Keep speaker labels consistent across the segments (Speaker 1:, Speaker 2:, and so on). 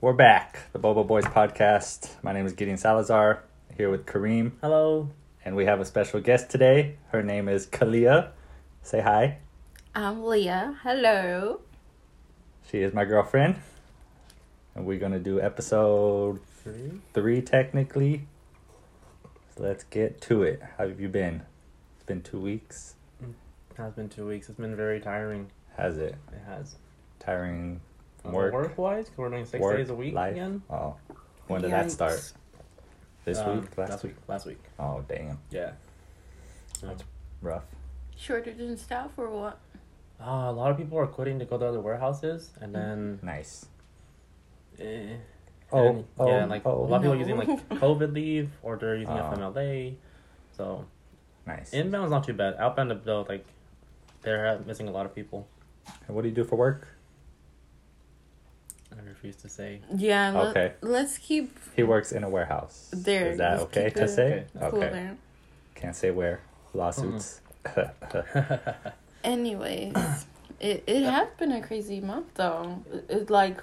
Speaker 1: We're back, the Bobo Boys podcast. My name is Gideon Salazar, here with Kareem,
Speaker 2: Hello.
Speaker 1: and we have a special guest today. Her name is Kalia. Say hi.
Speaker 3: I'm Um, Leah. Hello.
Speaker 1: She is my girlfriend. And we're going to do episode
Speaker 2: Three.
Speaker 1: three, technically. So let's get to it. How have you been? It's been two weeks.
Speaker 2: Has been two weeks. It's been very tiring.
Speaker 1: Has it?
Speaker 2: It has.
Speaker 1: Tiring from work?
Speaker 2: wise, we're doing six
Speaker 1: work,
Speaker 2: days a week
Speaker 1: life?
Speaker 2: again.
Speaker 1: Oh, when did that
Speaker 3: Yikes.
Speaker 1: start? This
Speaker 2: Um,
Speaker 1: week? Last,
Speaker 2: Last
Speaker 1: week?
Speaker 2: week. Last week.
Speaker 1: Oh, damn.
Speaker 2: Yeah. So,
Speaker 1: Rough.
Speaker 3: Shortage in staff or what?
Speaker 2: uh, a lot of people are quitting to go to other warehouses, and then.
Speaker 1: Nice.
Speaker 2: eh,
Speaker 1: Oh,
Speaker 2: and- yeah,
Speaker 1: oh,
Speaker 2: like
Speaker 1: oh.
Speaker 2: a lot of
Speaker 3: No.
Speaker 2: people are using like COVID leave, or they're using
Speaker 1: Oh.
Speaker 2: FMLA. So
Speaker 1: Nice.
Speaker 2: inbound's not too bad. Outbound though, like they're uh, missing a lot of people.
Speaker 1: And what do you do for work?
Speaker 2: I refuse to say.
Speaker 3: Yeah. Let,
Speaker 1: Okay.
Speaker 3: Let's keep
Speaker 1: He works in a warehouse.
Speaker 3: There,
Speaker 1: Is that
Speaker 3: just
Speaker 1: okay
Speaker 3: keep
Speaker 1: to
Speaker 3: it
Speaker 1: say?
Speaker 2: Okay.
Speaker 3: cool there.
Speaker 1: Can't say where. Lawsuits. Mm-hmm.
Speaker 3: Anyways, it it has been a crazy month though. It- It's like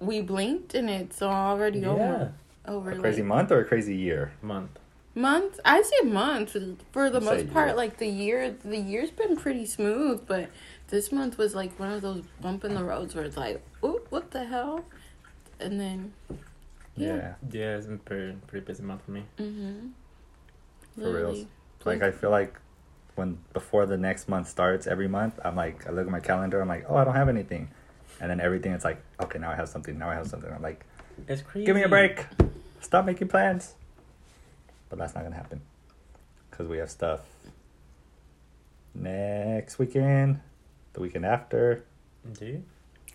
Speaker 3: we blinked and it's already
Speaker 2: yeah.
Speaker 3: over. Over
Speaker 1: a
Speaker 3: like-
Speaker 1: crazy month or a crazy year?
Speaker 2: Month.
Speaker 3: month. I say month for the
Speaker 1: Say
Speaker 3: most part.
Speaker 1: year.
Speaker 3: Like the year, the year's been pretty smooth, but this month was like one of those bump in the roads where it's like, ooh, what the hell? And then, Yeah.
Speaker 2: Yeah, it's been pretty pretty busy month for me.
Speaker 3: mm-hmm.
Speaker 1: For reals. Like I feel like when before the next month starts every month, I'm like I look at my calendar, I'm like, Oh, I don't have anything. And then everything it's like, Okay, now I have something, now I have something. I'm like,
Speaker 2: It's crazy.
Speaker 1: Give me a break. Stop making plans. But that's not gonna happen. Cause we have stuff next weekend, the weekend after,
Speaker 2: Do you?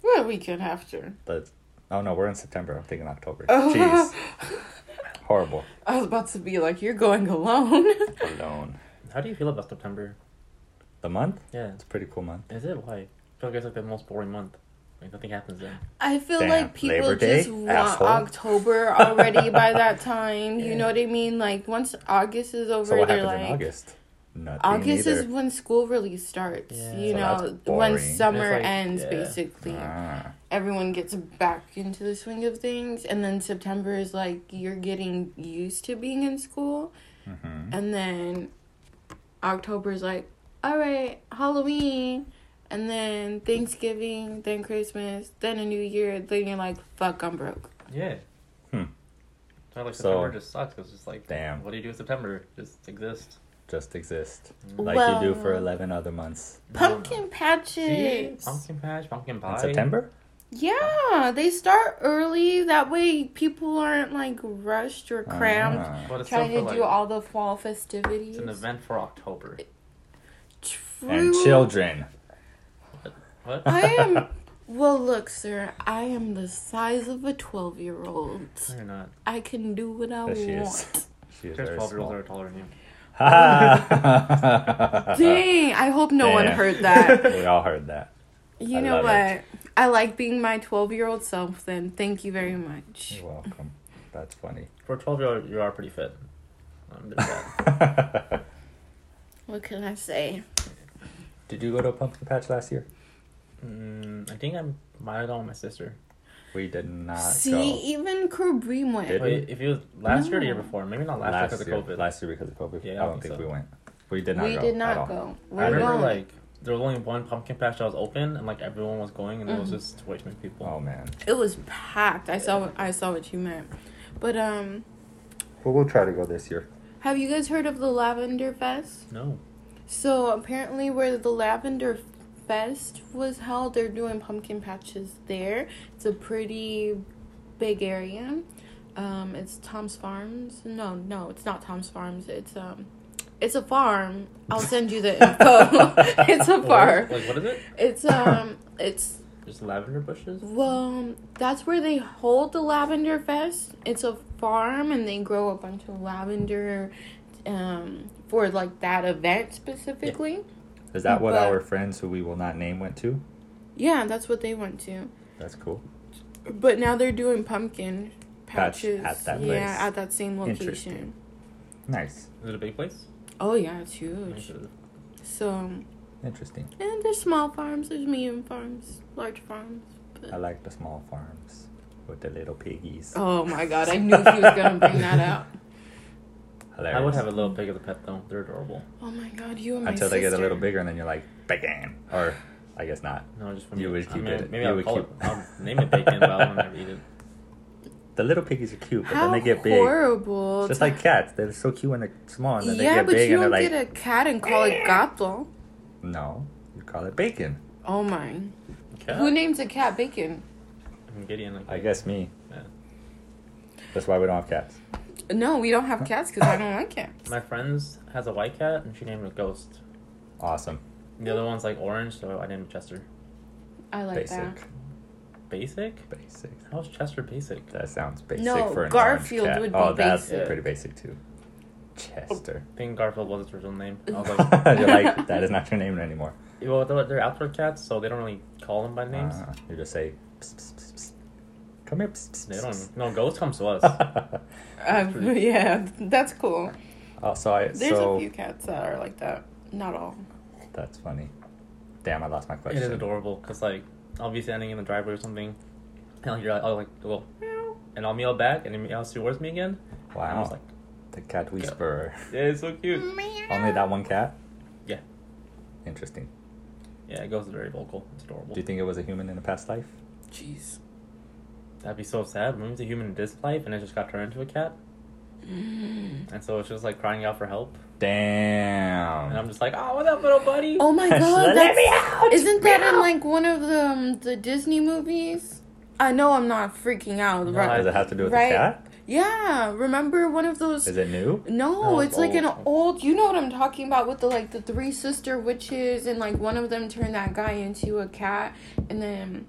Speaker 3: Well, we can after.
Speaker 1: the oh no, we're in September. I'm thinking October.
Speaker 3: Oh.
Speaker 1: Jeez. Horrible.
Speaker 3: I was about to be like, you're going alone.
Speaker 1: Alone.
Speaker 2: How do you feel about September?
Speaker 1: The month?
Speaker 2: Yeah.
Speaker 1: It's a pretty cool month.
Speaker 2: Is it why? I feel like it's like the most boring month. Like nothing happens then.
Speaker 3: I feel
Speaker 1: Damn,
Speaker 3: like people
Speaker 1: Labor Day,
Speaker 3: just want
Speaker 1: asshole.
Speaker 3: October already by that time. You
Speaker 2: Yeah.
Speaker 3: know what I mean? Like once August is over,
Speaker 1: So what
Speaker 3: they're
Speaker 1: happens
Speaker 3: like.
Speaker 1: in August? Nothing
Speaker 3: August
Speaker 1: either.
Speaker 3: is when school really starts.
Speaker 2: Yeah.
Speaker 3: You
Speaker 1: So that's
Speaker 3: know, when
Speaker 1: boring.
Speaker 3: summer
Speaker 2: It's like-
Speaker 3: ends,
Speaker 2: yeah.
Speaker 3: basically.
Speaker 1: Ah,
Speaker 3: Everyone gets back into the swing of things. And then September is like you're getting used to being in school.
Speaker 1: mhm.
Speaker 3: And then October is like, all right, Halloween. And then Thanksgiving, then Christmas, then a new year. Then you're like, fuck, I'm broke.
Speaker 2: Yeah.
Speaker 1: Hmm.
Speaker 2: So like
Speaker 1: So-
Speaker 2: September just sucks. It's just like
Speaker 1: Damn.
Speaker 2: What do you do in September? Just exist.
Speaker 1: Just exist.
Speaker 2: Mm.
Speaker 1: Like you do for
Speaker 3: Well-
Speaker 1: 11 other months.
Speaker 3: Pumpkin
Speaker 2: See?
Speaker 3: patches.
Speaker 2: Pumpkin patch, pumpkin
Speaker 1: In
Speaker 2: pie.
Speaker 1: September?
Speaker 3: Yeah, they start early. That way, people aren't like rushed or cramped
Speaker 1: Ah.
Speaker 2: But it's
Speaker 3: trying
Speaker 2: still
Speaker 3: to
Speaker 2: for,
Speaker 3: do
Speaker 2: like,
Speaker 3: all the fall festivities.
Speaker 2: It's an event for October.
Speaker 3: True.
Speaker 1: And children.
Speaker 2: What?
Speaker 3: I am. Well, look, sir. I am the size of a twelve-year-old.
Speaker 2: No, You're not.
Speaker 3: I can do what I
Speaker 1: Yes, she is.
Speaker 3: want.
Speaker 1: She is
Speaker 2: There's
Speaker 1: very
Speaker 2: 12 year
Speaker 1: small.
Speaker 2: olds that are taller than you.
Speaker 1: Ha!
Speaker 3: Dang! I hope no one
Speaker 1: Damn.
Speaker 3: heard that.
Speaker 1: we all heard that.
Speaker 3: You
Speaker 1: I
Speaker 3: know
Speaker 1: love
Speaker 3: what?
Speaker 1: it.
Speaker 3: I like being my twelve-year-old self. Then, thank you very much.
Speaker 1: You're welcome. That's funny.
Speaker 2: For a 12 year old, you are pretty fit. I'm just bad.
Speaker 3: What can I say?
Speaker 1: Did you go to a pumpkin patch last year?
Speaker 2: mm, I think I'm might have gone with my sister.
Speaker 1: We did not
Speaker 3: See,
Speaker 1: go.
Speaker 3: even Kareem went.
Speaker 1: Did
Speaker 2: Wait, if it was last year or the year
Speaker 3: No.
Speaker 2: before, maybe not last, year 'cause year
Speaker 1: year,
Speaker 2: because of COVID.
Speaker 1: Last year because of COVID.
Speaker 2: Yeah, I
Speaker 1: I
Speaker 2: don't
Speaker 1: don't think
Speaker 2: think so.
Speaker 1: we went. We did not
Speaker 3: we
Speaker 1: go.
Speaker 3: did
Speaker 1: at all.
Speaker 3: not go. We're
Speaker 2: I remember
Speaker 3: going.
Speaker 2: like there was only one pumpkin patch that was open, and like everyone was going, and there
Speaker 3: Mm-hmm.
Speaker 2: was just way too many people.
Speaker 1: Oh man.
Speaker 3: it was packed. I saw. I saw what you meant. But um,
Speaker 1: Well, we'll try to go this year.
Speaker 3: have you guys heard of the Lavender Fest?
Speaker 2: No,
Speaker 3: So apparently, where the Lavender Fest was held, they're doing pumpkin patches there. It's a pretty big area. Um, it's Tom's Farms. No, no, it's not Tom's Farms. It's um, it's a farm. I'll send you the info. it's a
Speaker 2: What is-
Speaker 3: farm.
Speaker 2: like what is it?
Speaker 3: It's um, it's
Speaker 2: Just lavender bushes.
Speaker 3: Well, that's where they hold the lavender fest. It's a farm, and they grow a bunch of lavender um, for like that event specifically.
Speaker 1: Is that what
Speaker 3: But-
Speaker 1: our friends who we will not name went to?
Speaker 3: Yeah, that's what they went to.
Speaker 1: That's cool.
Speaker 3: But now they're doing pumpkin
Speaker 1: Patch
Speaker 3: patches.
Speaker 1: at that
Speaker 3: yeah,
Speaker 1: place.
Speaker 3: at that same
Speaker 1: Interesting.
Speaker 3: location.
Speaker 1: Nice.
Speaker 2: Is it a big place?
Speaker 3: Oh yeah, it's
Speaker 2: Like,
Speaker 3: huge.
Speaker 2: is it-
Speaker 3: So,
Speaker 1: Interesting.
Speaker 3: and there's small farms, there's medium farms, large farms.
Speaker 1: I like the small farms. with the little piggies.
Speaker 3: Oh my god, I knew he was gonna bring that out.
Speaker 1: Hilarious.
Speaker 2: I would have a little pig as a pet though. They're adorable.
Speaker 3: Oh my god, you and my
Speaker 1: until they get a
Speaker 3: sister.
Speaker 1: little bigger, and then you're like bacon, or I guess not.
Speaker 2: No, just for
Speaker 1: You
Speaker 2: me.
Speaker 1: would
Speaker 2: I
Speaker 1: keep
Speaker 2: mean,
Speaker 1: it.
Speaker 2: Maybe
Speaker 1: You
Speaker 2: I'll
Speaker 1: would
Speaker 2: call
Speaker 1: keep-
Speaker 2: it. I'll name it bacon, but I'll never eat it.
Speaker 1: The little piggies are cute, but
Speaker 3: How
Speaker 1: then they get big.
Speaker 3: horrible!
Speaker 1: Just like cats, they're so cute when they're small, and then
Speaker 3: yeah,
Speaker 1: they get
Speaker 3: but
Speaker 1: big,
Speaker 3: you
Speaker 1: and
Speaker 3: don't
Speaker 1: they're like,
Speaker 3: get a cat and call it gato.
Speaker 1: no, you call it bacon.
Speaker 3: Oh my!
Speaker 2: Cat?
Speaker 3: Who names a cat bacon?
Speaker 2: I'm Gideon. Like,
Speaker 1: I guess me.
Speaker 2: Yeah.
Speaker 1: That's why we don't have cats.
Speaker 3: No, we don't have cats because I don't like cats.
Speaker 2: My friend's has a white cat, and she named it Ghost.
Speaker 1: Awesome,
Speaker 2: The other one's like orange, so I named it Chester.
Speaker 3: I like
Speaker 1: basic,
Speaker 3: that.
Speaker 2: Basic?
Speaker 1: basic.
Speaker 2: How's Chester basic?
Speaker 1: That sounds basic
Speaker 3: No,
Speaker 1: for an
Speaker 3: Garfield
Speaker 1: orange cat.
Speaker 3: would be
Speaker 1: oh, that's
Speaker 2: basic.
Speaker 1: pretty basic too. Chester.
Speaker 2: I think Garfield was its original name. I was
Speaker 1: You're
Speaker 2: Oh, like,
Speaker 1: like, that is not your name anymore.
Speaker 2: well, they're, they're outdoor cats, so they don't really call them by names.
Speaker 1: Uh, you just say, "Psst, psst, psst, psst. come here. Psst, psst,
Speaker 2: They
Speaker 1: psst,
Speaker 2: don't.
Speaker 1: psst."
Speaker 2: No, Ghost comes to us.
Speaker 3: Uh, yeah, that's cool.
Speaker 1: Oh, so I
Speaker 3: There's
Speaker 1: so
Speaker 3: a few cats that are like that. Not all.
Speaker 1: that's funny. Damn, I lost my
Speaker 2: it
Speaker 1: question.
Speaker 2: is adorable because like I'll be standing in the driveway or something, and like, you're like, oh, like well, meow, and I'll meow back, and it meows towards me again. And I
Speaker 1: Wow,
Speaker 2: was like,
Speaker 1: the cat whisperer.
Speaker 2: yeah, it's so cute.
Speaker 1: Only that one cat.
Speaker 2: Yeah.
Speaker 1: Interesting.
Speaker 2: Yeah, it goes very vocal. It's adorable.
Speaker 1: Do you think it was a human in a past life?
Speaker 3: Jeez.
Speaker 2: That'd be so sad. Maybe it's a human in this life, and it just got turned into a cat,
Speaker 3: Mm.
Speaker 2: and so it's just like crying out for help,
Speaker 1: Damn.
Speaker 2: and I'm just like, oh, what up, little buddy?
Speaker 3: Oh my
Speaker 1: Let
Speaker 3: god!
Speaker 1: me
Speaker 3: That's,
Speaker 1: out!
Speaker 3: isn't that in
Speaker 1: Meow!
Speaker 3: like one of the um, the Disney movies? I know I'm not freaking out.
Speaker 2: No,
Speaker 3: right?
Speaker 1: Does it have to do with
Speaker 3: Right.
Speaker 1: the cat?
Speaker 3: Yeah, remember one of those?
Speaker 1: Is it new?
Speaker 3: No,
Speaker 2: No,
Speaker 3: it's
Speaker 2: it's
Speaker 3: like an
Speaker 2: old.
Speaker 3: old. You know what I'm talking about with the like the three sister witches and like one of them turned that guy into a cat and then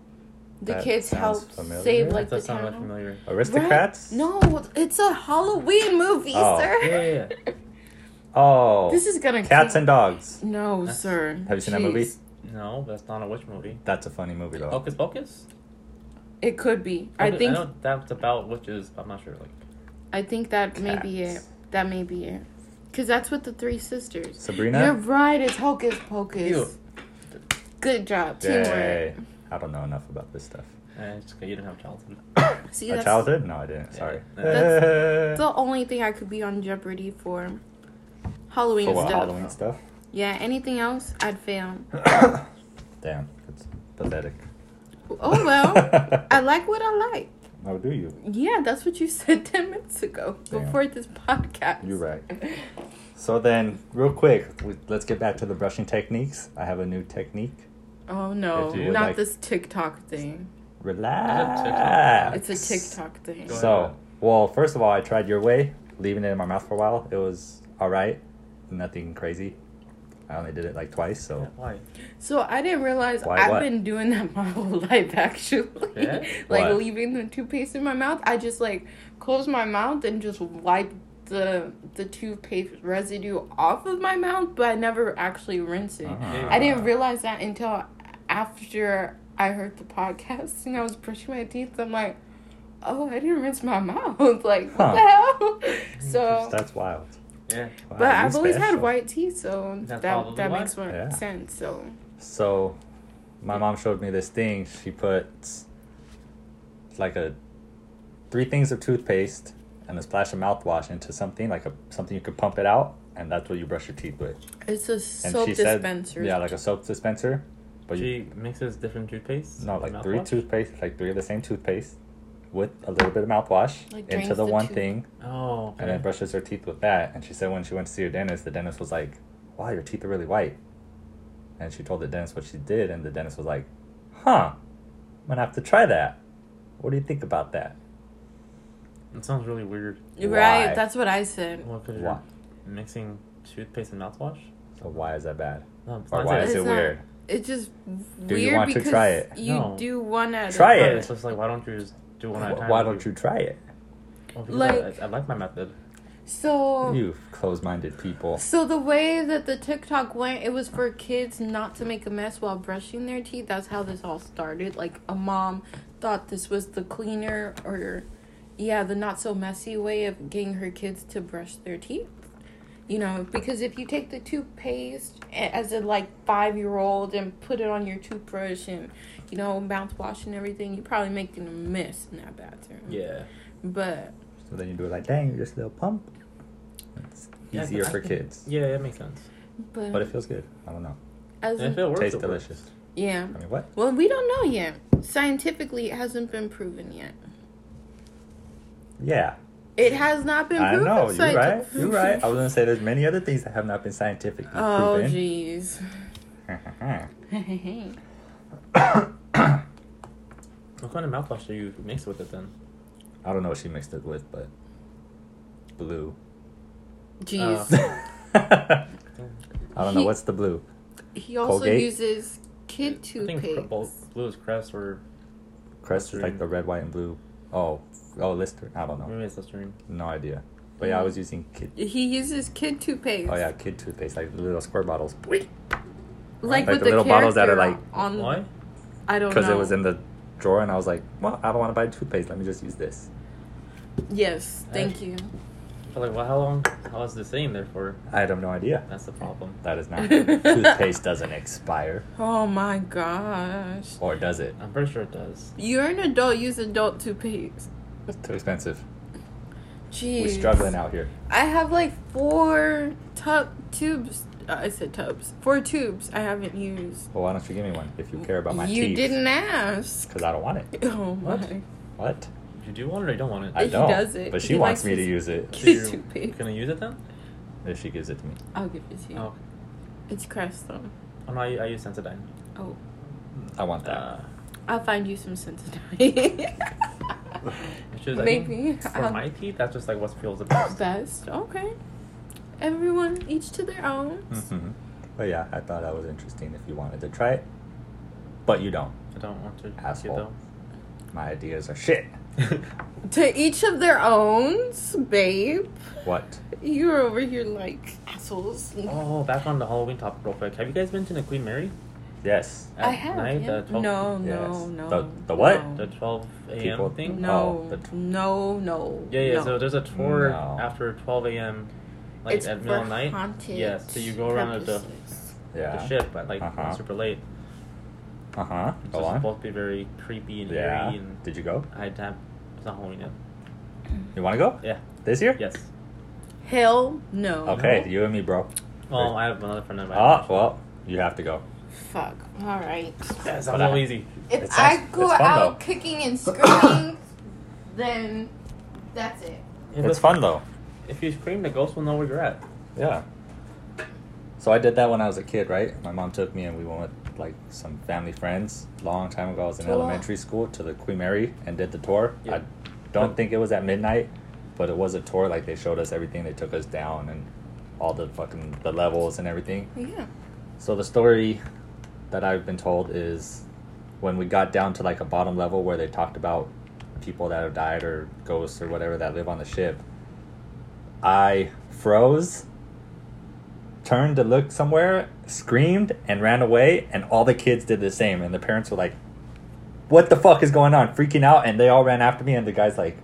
Speaker 3: the
Speaker 1: That
Speaker 3: kids
Speaker 1: sounds
Speaker 3: helped
Speaker 1: familiar.
Speaker 3: save
Speaker 2: That
Speaker 3: like the
Speaker 2: does
Speaker 3: town.
Speaker 2: sound familiar.
Speaker 1: Aristocrats?
Speaker 3: Right? No, it's a Halloween movie,
Speaker 1: Oh.
Speaker 3: sir.
Speaker 2: Yeah, yeah,
Speaker 1: Oh.
Speaker 3: This is gonna
Speaker 1: Cats
Speaker 3: kill-
Speaker 1: and dogs.
Speaker 3: no,
Speaker 2: That's-
Speaker 3: sir.
Speaker 1: Have you seen that movie?
Speaker 3: Jeez.
Speaker 2: No, that's not a witch movie.
Speaker 1: That's a funny movie though.
Speaker 2: Hocus Pocus.
Speaker 3: It could be. I
Speaker 2: do-
Speaker 3: think.
Speaker 2: know that's about witches. But I'm not sure. Like,
Speaker 3: I think that may be it.
Speaker 1: Cats.
Speaker 3: That may be it. Cause that's with the three sisters.
Speaker 1: Sabrina.
Speaker 3: You're right. It's Hocus Pocus.
Speaker 2: Ew.
Speaker 3: Good job, teamwork.
Speaker 1: Yay. I don't know enough about this stuff.
Speaker 2: eh, it's okay, you didn't have childhood.
Speaker 3: See,
Speaker 1: My
Speaker 3: that's
Speaker 1: childhood? No, I didn't. Sorry. Eh.
Speaker 3: the only thing I could be on Jeopardy for. Halloween
Speaker 1: For what,
Speaker 3: stuff.
Speaker 1: Halloween stuff?
Speaker 3: Yeah. Anything else, I'd fail.
Speaker 1: Damn, it's pathetic.
Speaker 3: Oh well. I like what I like.
Speaker 1: How do you?
Speaker 3: Yeah, that's what you said ten minutes ago
Speaker 1: Damn.
Speaker 3: before this podcast.
Speaker 1: You're right. So then, real quick, we, let's get back to the brushing techniques. I have a new technique.
Speaker 3: Oh no,
Speaker 1: If you would
Speaker 3: not
Speaker 1: like-
Speaker 3: this TikTok thing.
Speaker 1: Relax.
Speaker 3: It's a TikTok thing.
Speaker 2: Go ahead.
Speaker 1: So, well, first of all, I tried your way, leaving it in my mouth for a while. It was all right, nothing crazy. I only did it like twice, so
Speaker 2: Why?
Speaker 3: So I didn't realize
Speaker 1: Why
Speaker 3: I've
Speaker 1: what?
Speaker 3: been doing that my whole life actually.
Speaker 2: Yeah?
Speaker 3: like
Speaker 1: What?
Speaker 3: leaving the toothpaste in my mouth. I just like close my mouth and just wipe the the toothpaste residue off of my mouth, but I never actually rinse it.
Speaker 1: Ah.
Speaker 3: I didn't realize that until after I heard the podcast and I was brushing my teeth. I'm like, oh, I didn't rinse my mouth. Like, what the hell? So,
Speaker 1: that's wild.
Speaker 2: Yeah.
Speaker 1: Wow,
Speaker 3: but
Speaker 1: you
Speaker 3: I've always
Speaker 1: special.
Speaker 3: had white teeth, so
Speaker 2: That's
Speaker 3: that
Speaker 2: probably
Speaker 3: that
Speaker 2: why.
Speaker 3: makes more
Speaker 1: Yeah.
Speaker 3: sense. So.
Speaker 1: So, my mom showed me this thing. She puts like a three things of toothpaste and a splash of mouthwash into something like a something you could pump it out, and that's what you brush your teeth with.
Speaker 3: It's a
Speaker 1: And
Speaker 3: soap
Speaker 1: she
Speaker 3: dispenser.
Speaker 1: said, yeah, like a soap dispenser, but you
Speaker 2: She mixes different toothpaste.
Speaker 1: no like three
Speaker 2: mouthwash?
Speaker 1: toothpaste, like three of the same toothpaste with a little bit of mouthwash
Speaker 3: Like, drains
Speaker 1: into the
Speaker 3: the
Speaker 1: one
Speaker 3: tooth.
Speaker 1: thing,
Speaker 2: Oh. Okay.
Speaker 1: and then brushes her teeth with that. And she said when she went to see her dentist, the dentist was like, "Wow, your teeth are really white." And she told the dentist what she did, and the dentist was like, "Huh, I'm gonna have to try that. What do you think about that?"
Speaker 2: It sounds really weird.
Speaker 3: right,
Speaker 1: Why?
Speaker 3: that's what I said.
Speaker 2: What could
Speaker 1: Why?
Speaker 2: mixing toothpaste and mouthwash?
Speaker 1: So why is that bad?
Speaker 2: No, it's
Speaker 1: Or
Speaker 2: not
Speaker 1: why
Speaker 2: that
Speaker 1: is
Speaker 3: It's
Speaker 1: it
Speaker 3: not-
Speaker 1: weird?
Speaker 3: It's just
Speaker 1: Do you
Speaker 3: weird
Speaker 1: want to
Speaker 3: because
Speaker 1: try it?
Speaker 3: you
Speaker 2: No.
Speaker 3: do one at
Speaker 1: Try
Speaker 3: a
Speaker 1: it.
Speaker 3: time.
Speaker 2: Yeah, It's just like why don't you just do one at a
Speaker 1: Wh-
Speaker 2: time?
Speaker 1: Why don't you try it?
Speaker 2: Well, because
Speaker 3: Like-
Speaker 2: I, I like my method.
Speaker 3: So
Speaker 1: You close-minded people.
Speaker 3: so the way that the TikTok went, it was for kids not to make a mess while brushing their teeth. That's how this all started. Like a mom thought this was the cleaner or yeah, the not so messy way of getting her kids to brush their teeth. you know because if you take the toothpaste a- as a like five year old and put it on your toothbrush and you know mouthwash and everything you're probably making a mess in that bathroom
Speaker 2: Yeah.
Speaker 3: but
Speaker 1: So then you do it like, dang, you're just a little pump. It's
Speaker 2: Yeah, I
Speaker 1: easier
Speaker 2: think-
Speaker 1: for
Speaker 2: I think-
Speaker 1: kids.
Speaker 2: Yeah, that makes sense.
Speaker 3: but,
Speaker 1: But it feels good. I don't know.
Speaker 3: as
Speaker 2: And if
Speaker 3: an-
Speaker 2: it works,
Speaker 1: Tastes
Speaker 2: it works.
Speaker 1: delicious.
Speaker 3: yeah
Speaker 1: I mean, what?
Speaker 3: well we don't know yet scientifically it hasn't been proven yet
Speaker 1: Yeah,
Speaker 3: it has not been
Speaker 1: I
Speaker 3: proven
Speaker 1: know. You're right.
Speaker 3: scientific-
Speaker 1: You're right. I was gonna say there's many other things that have not been scientifically
Speaker 3: oh
Speaker 1: proven.
Speaker 3: jeez
Speaker 2: What kind of mouthwash do you mix with it then?
Speaker 1: I don't know what she mixed it with, but blue.
Speaker 3: jeez
Speaker 1: Uh, I don't know
Speaker 3: He-
Speaker 1: what's the blue.
Speaker 3: He also
Speaker 1: Colgate?
Speaker 3: uses kid
Speaker 2: I think
Speaker 3: toothpaste.
Speaker 2: cr- both blue is Crest or
Speaker 1: Crest is like the red, white, and blue. Oh, oh, Listerine. I don't know.
Speaker 2: maybe it's Listerine.
Speaker 1: No idea. But yeah, I was using kid.
Speaker 3: He uses kid toothpaste.
Speaker 1: Oh yeah, kid toothpaste, like the little squirt bottles.
Speaker 3: like,
Speaker 1: Like
Speaker 3: with
Speaker 1: the
Speaker 3: the,
Speaker 1: little bottles that are,
Speaker 3: character
Speaker 1: like-
Speaker 3: on.
Speaker 2: Why?
Speaker 3: I don't know.
Speaker 1: Because it was in the drawer, and I was like, well, I don't want to buy toothpaste. Let me just use this.
Speaker 3: Yes, thank
Speaker 2: Hey.
Speaker 3: you.
Speaker 2: I'm like, well, how long? How is the same there for?
Speaker 1: I have no idea.
Speaker 2: That's the problem.
Speaker 1: That is not toothpaste doesn't expire,
Speaker 3: Oh my gosh!
Speaker 1: or does it?
Speaker 2: I'm pretty sure it does.
Speaker 3: You're an adult. Use adult toothpaste.
Speaker 1: It's too expensive.
Speaker 3: Jeez,
Speaker 1: We're struggling out here.
Speaker 3: I have like four tub tubes. Uh, I said tubs. Four tubes I haven't used.
Speaker 1: Well, why don't you give me one if you care about my
Speaker 3: you
Speaker 1: teeth?
Speaker 3: didn't ask.
Speaker 1: Because I don't want it.
Speaker 3: Oh my!
Speaker 2: What?
Speaker 1: What?
Speaker 2: You do want it or you don't want it?
Speaker 1: I
Speaker 3: He
Speaker 1: don't.
Speaker 3: does it.
Speaker 1: But she
Speaker 3: He likes
Speaker 1: wants me to
Speaker 3: his-
Speaker 1: use it
Speaker 2: So you're
Speaker 3: Stupid.
Speaker 2: Gonna use it then?
Speaker 1: if she gives it to me.
Speaker 3: I'll give it to you.
Speaker 2: Oh,
Speaker 3: It's Crest though.
Speaker 2: oh no, I, I use Sensodyne.
Speaker 3: Oh.
Speaker 1: Mm, I want that.
Speaker 2: Uh,
Speaker 3: I'll find you some Sensodyne.
Speaker 2: which is, I think,
Speaker 3: Maybe. um,
Speaker 2: for
Speaker 3: I'll-
Speaker 2: my teeth, that's just like what feels the best.
Speaker 3: Best. Okay. Everyone, each to their own.
Speaker 2: Mm-hmm.
Speaker 1: hmm But yeah, I thought that was interesting. If you wanted to try it, but you don't.
Speaker 2: I don't want to
Speaker 1: Asshole.
Speaker 2: Asshole.
Speaker 1: My ideas are shit.
Speaker 2: it
Speaker 3: To each of their owns, babe.
Speaker 1: What?
Speaker 3: You're over here like assholes.
Speaker 2: though. oh, back on the Halloween topic real quick. Have you guys been to the Queen Mary?
Speaker 1: Yes.
Speaker 3: I have.
Speaker 2: Night,
Speaker 3: yeah.
Speaker 2: the 12,
Speaker 3: no, no,
Speaker 1: Yes.
Speaker 3: no.
Speaker 1: The- the what?
Speaker 2: The 12 a.m.
Speaker 1: People-
Speaker 2: thing?
Speaker 3: No,
Speaker 1: Oh, the tw-
Speaker 3: no, no.
Speaker 2: Yeah, yeah.
Speaker 3: no.
Speaker 2: So there's a tour
Speaker 1: No.
Speaker 2: after 12 a.m. like
Speaker 3: it's
Speaker 2: at
Speaker 3: for
Speaker 2: middle of night.
Speaker 3: haunted.
Speaker 2: Yeah, so you go around at the-
Speaker 3: purposes.
Speaker 1: Yeah.
Speaker 2: The ship at like
Speaker 1: Uh-huh.
Speaker 2: super late.
Speaker 1: Uh huh.
Speaker 2: It's
Speaker 1: Go
Speaker 2: just
Speaker 1: on.
Speaker 2: supposed to be very creepy and
Speaker 1: Yeah.
Speaker 2: eerie. And
Speaker 1: Did you go?
Speaker 2: I had time. It's not Halloween yet.
Speaker 1: You want to go?
Speaker 2: Yeah.
Speaker 1: This year?
Speaker 2: Yes.
Speaker 3: Hell no.
Speaker 1: Okay,
Speaker 2: No.
Speaker 1: you and me, bro.
Speaker 2: Well, I have another friend of mine.
Speaker 1: Oh, well, you have to go.
Speaker 3: Fuck. All right.
Speaker 2: That's
Speaker 1: But
Speaker 2: all
Speaker 1: I-
Speaker 2: easy.
Speaker 3: If
Speaker 1: It
Speaker 3: I
Speaker 1: sounds-
Speaker 3: go
Speaker 1: it's fun,
Speaker 3: out
Speaker 1: though.
Speaker 3: kicking and screaming, then that's it.
Speaker 2: If
Speaker 1: It's
Speaker 2: the-
Speaker 1: fun though.
Speaker 2: If you scream, the ghost will know where you're at.
Speaker 1: Yeah. So I did that when I was a kid, right? My mom took me and we went with like some family friends long time ago. I was in
Speaker 3: Cool.
Speaker 1: elementary school to the Queen Mary and did the tour.
Speaker 2: Yeah.
Speaker 1: I don't think it was at midnight, but it was a tour. Like they showed us everything. They took us down and all the fucking the levels and everything.
Speaker 3: Yeah.
Speaker 1: So the story that I've been told is when we got down to like a bottom level where they talked about people that have died or ghosts or whatever that live on the ship, I froze, turned to look somewhere, screamed, and ran away. And all the kids did the same. And the parents were like, What the fuck is going on? Freaking out. And they all ran after me. And the guy's like,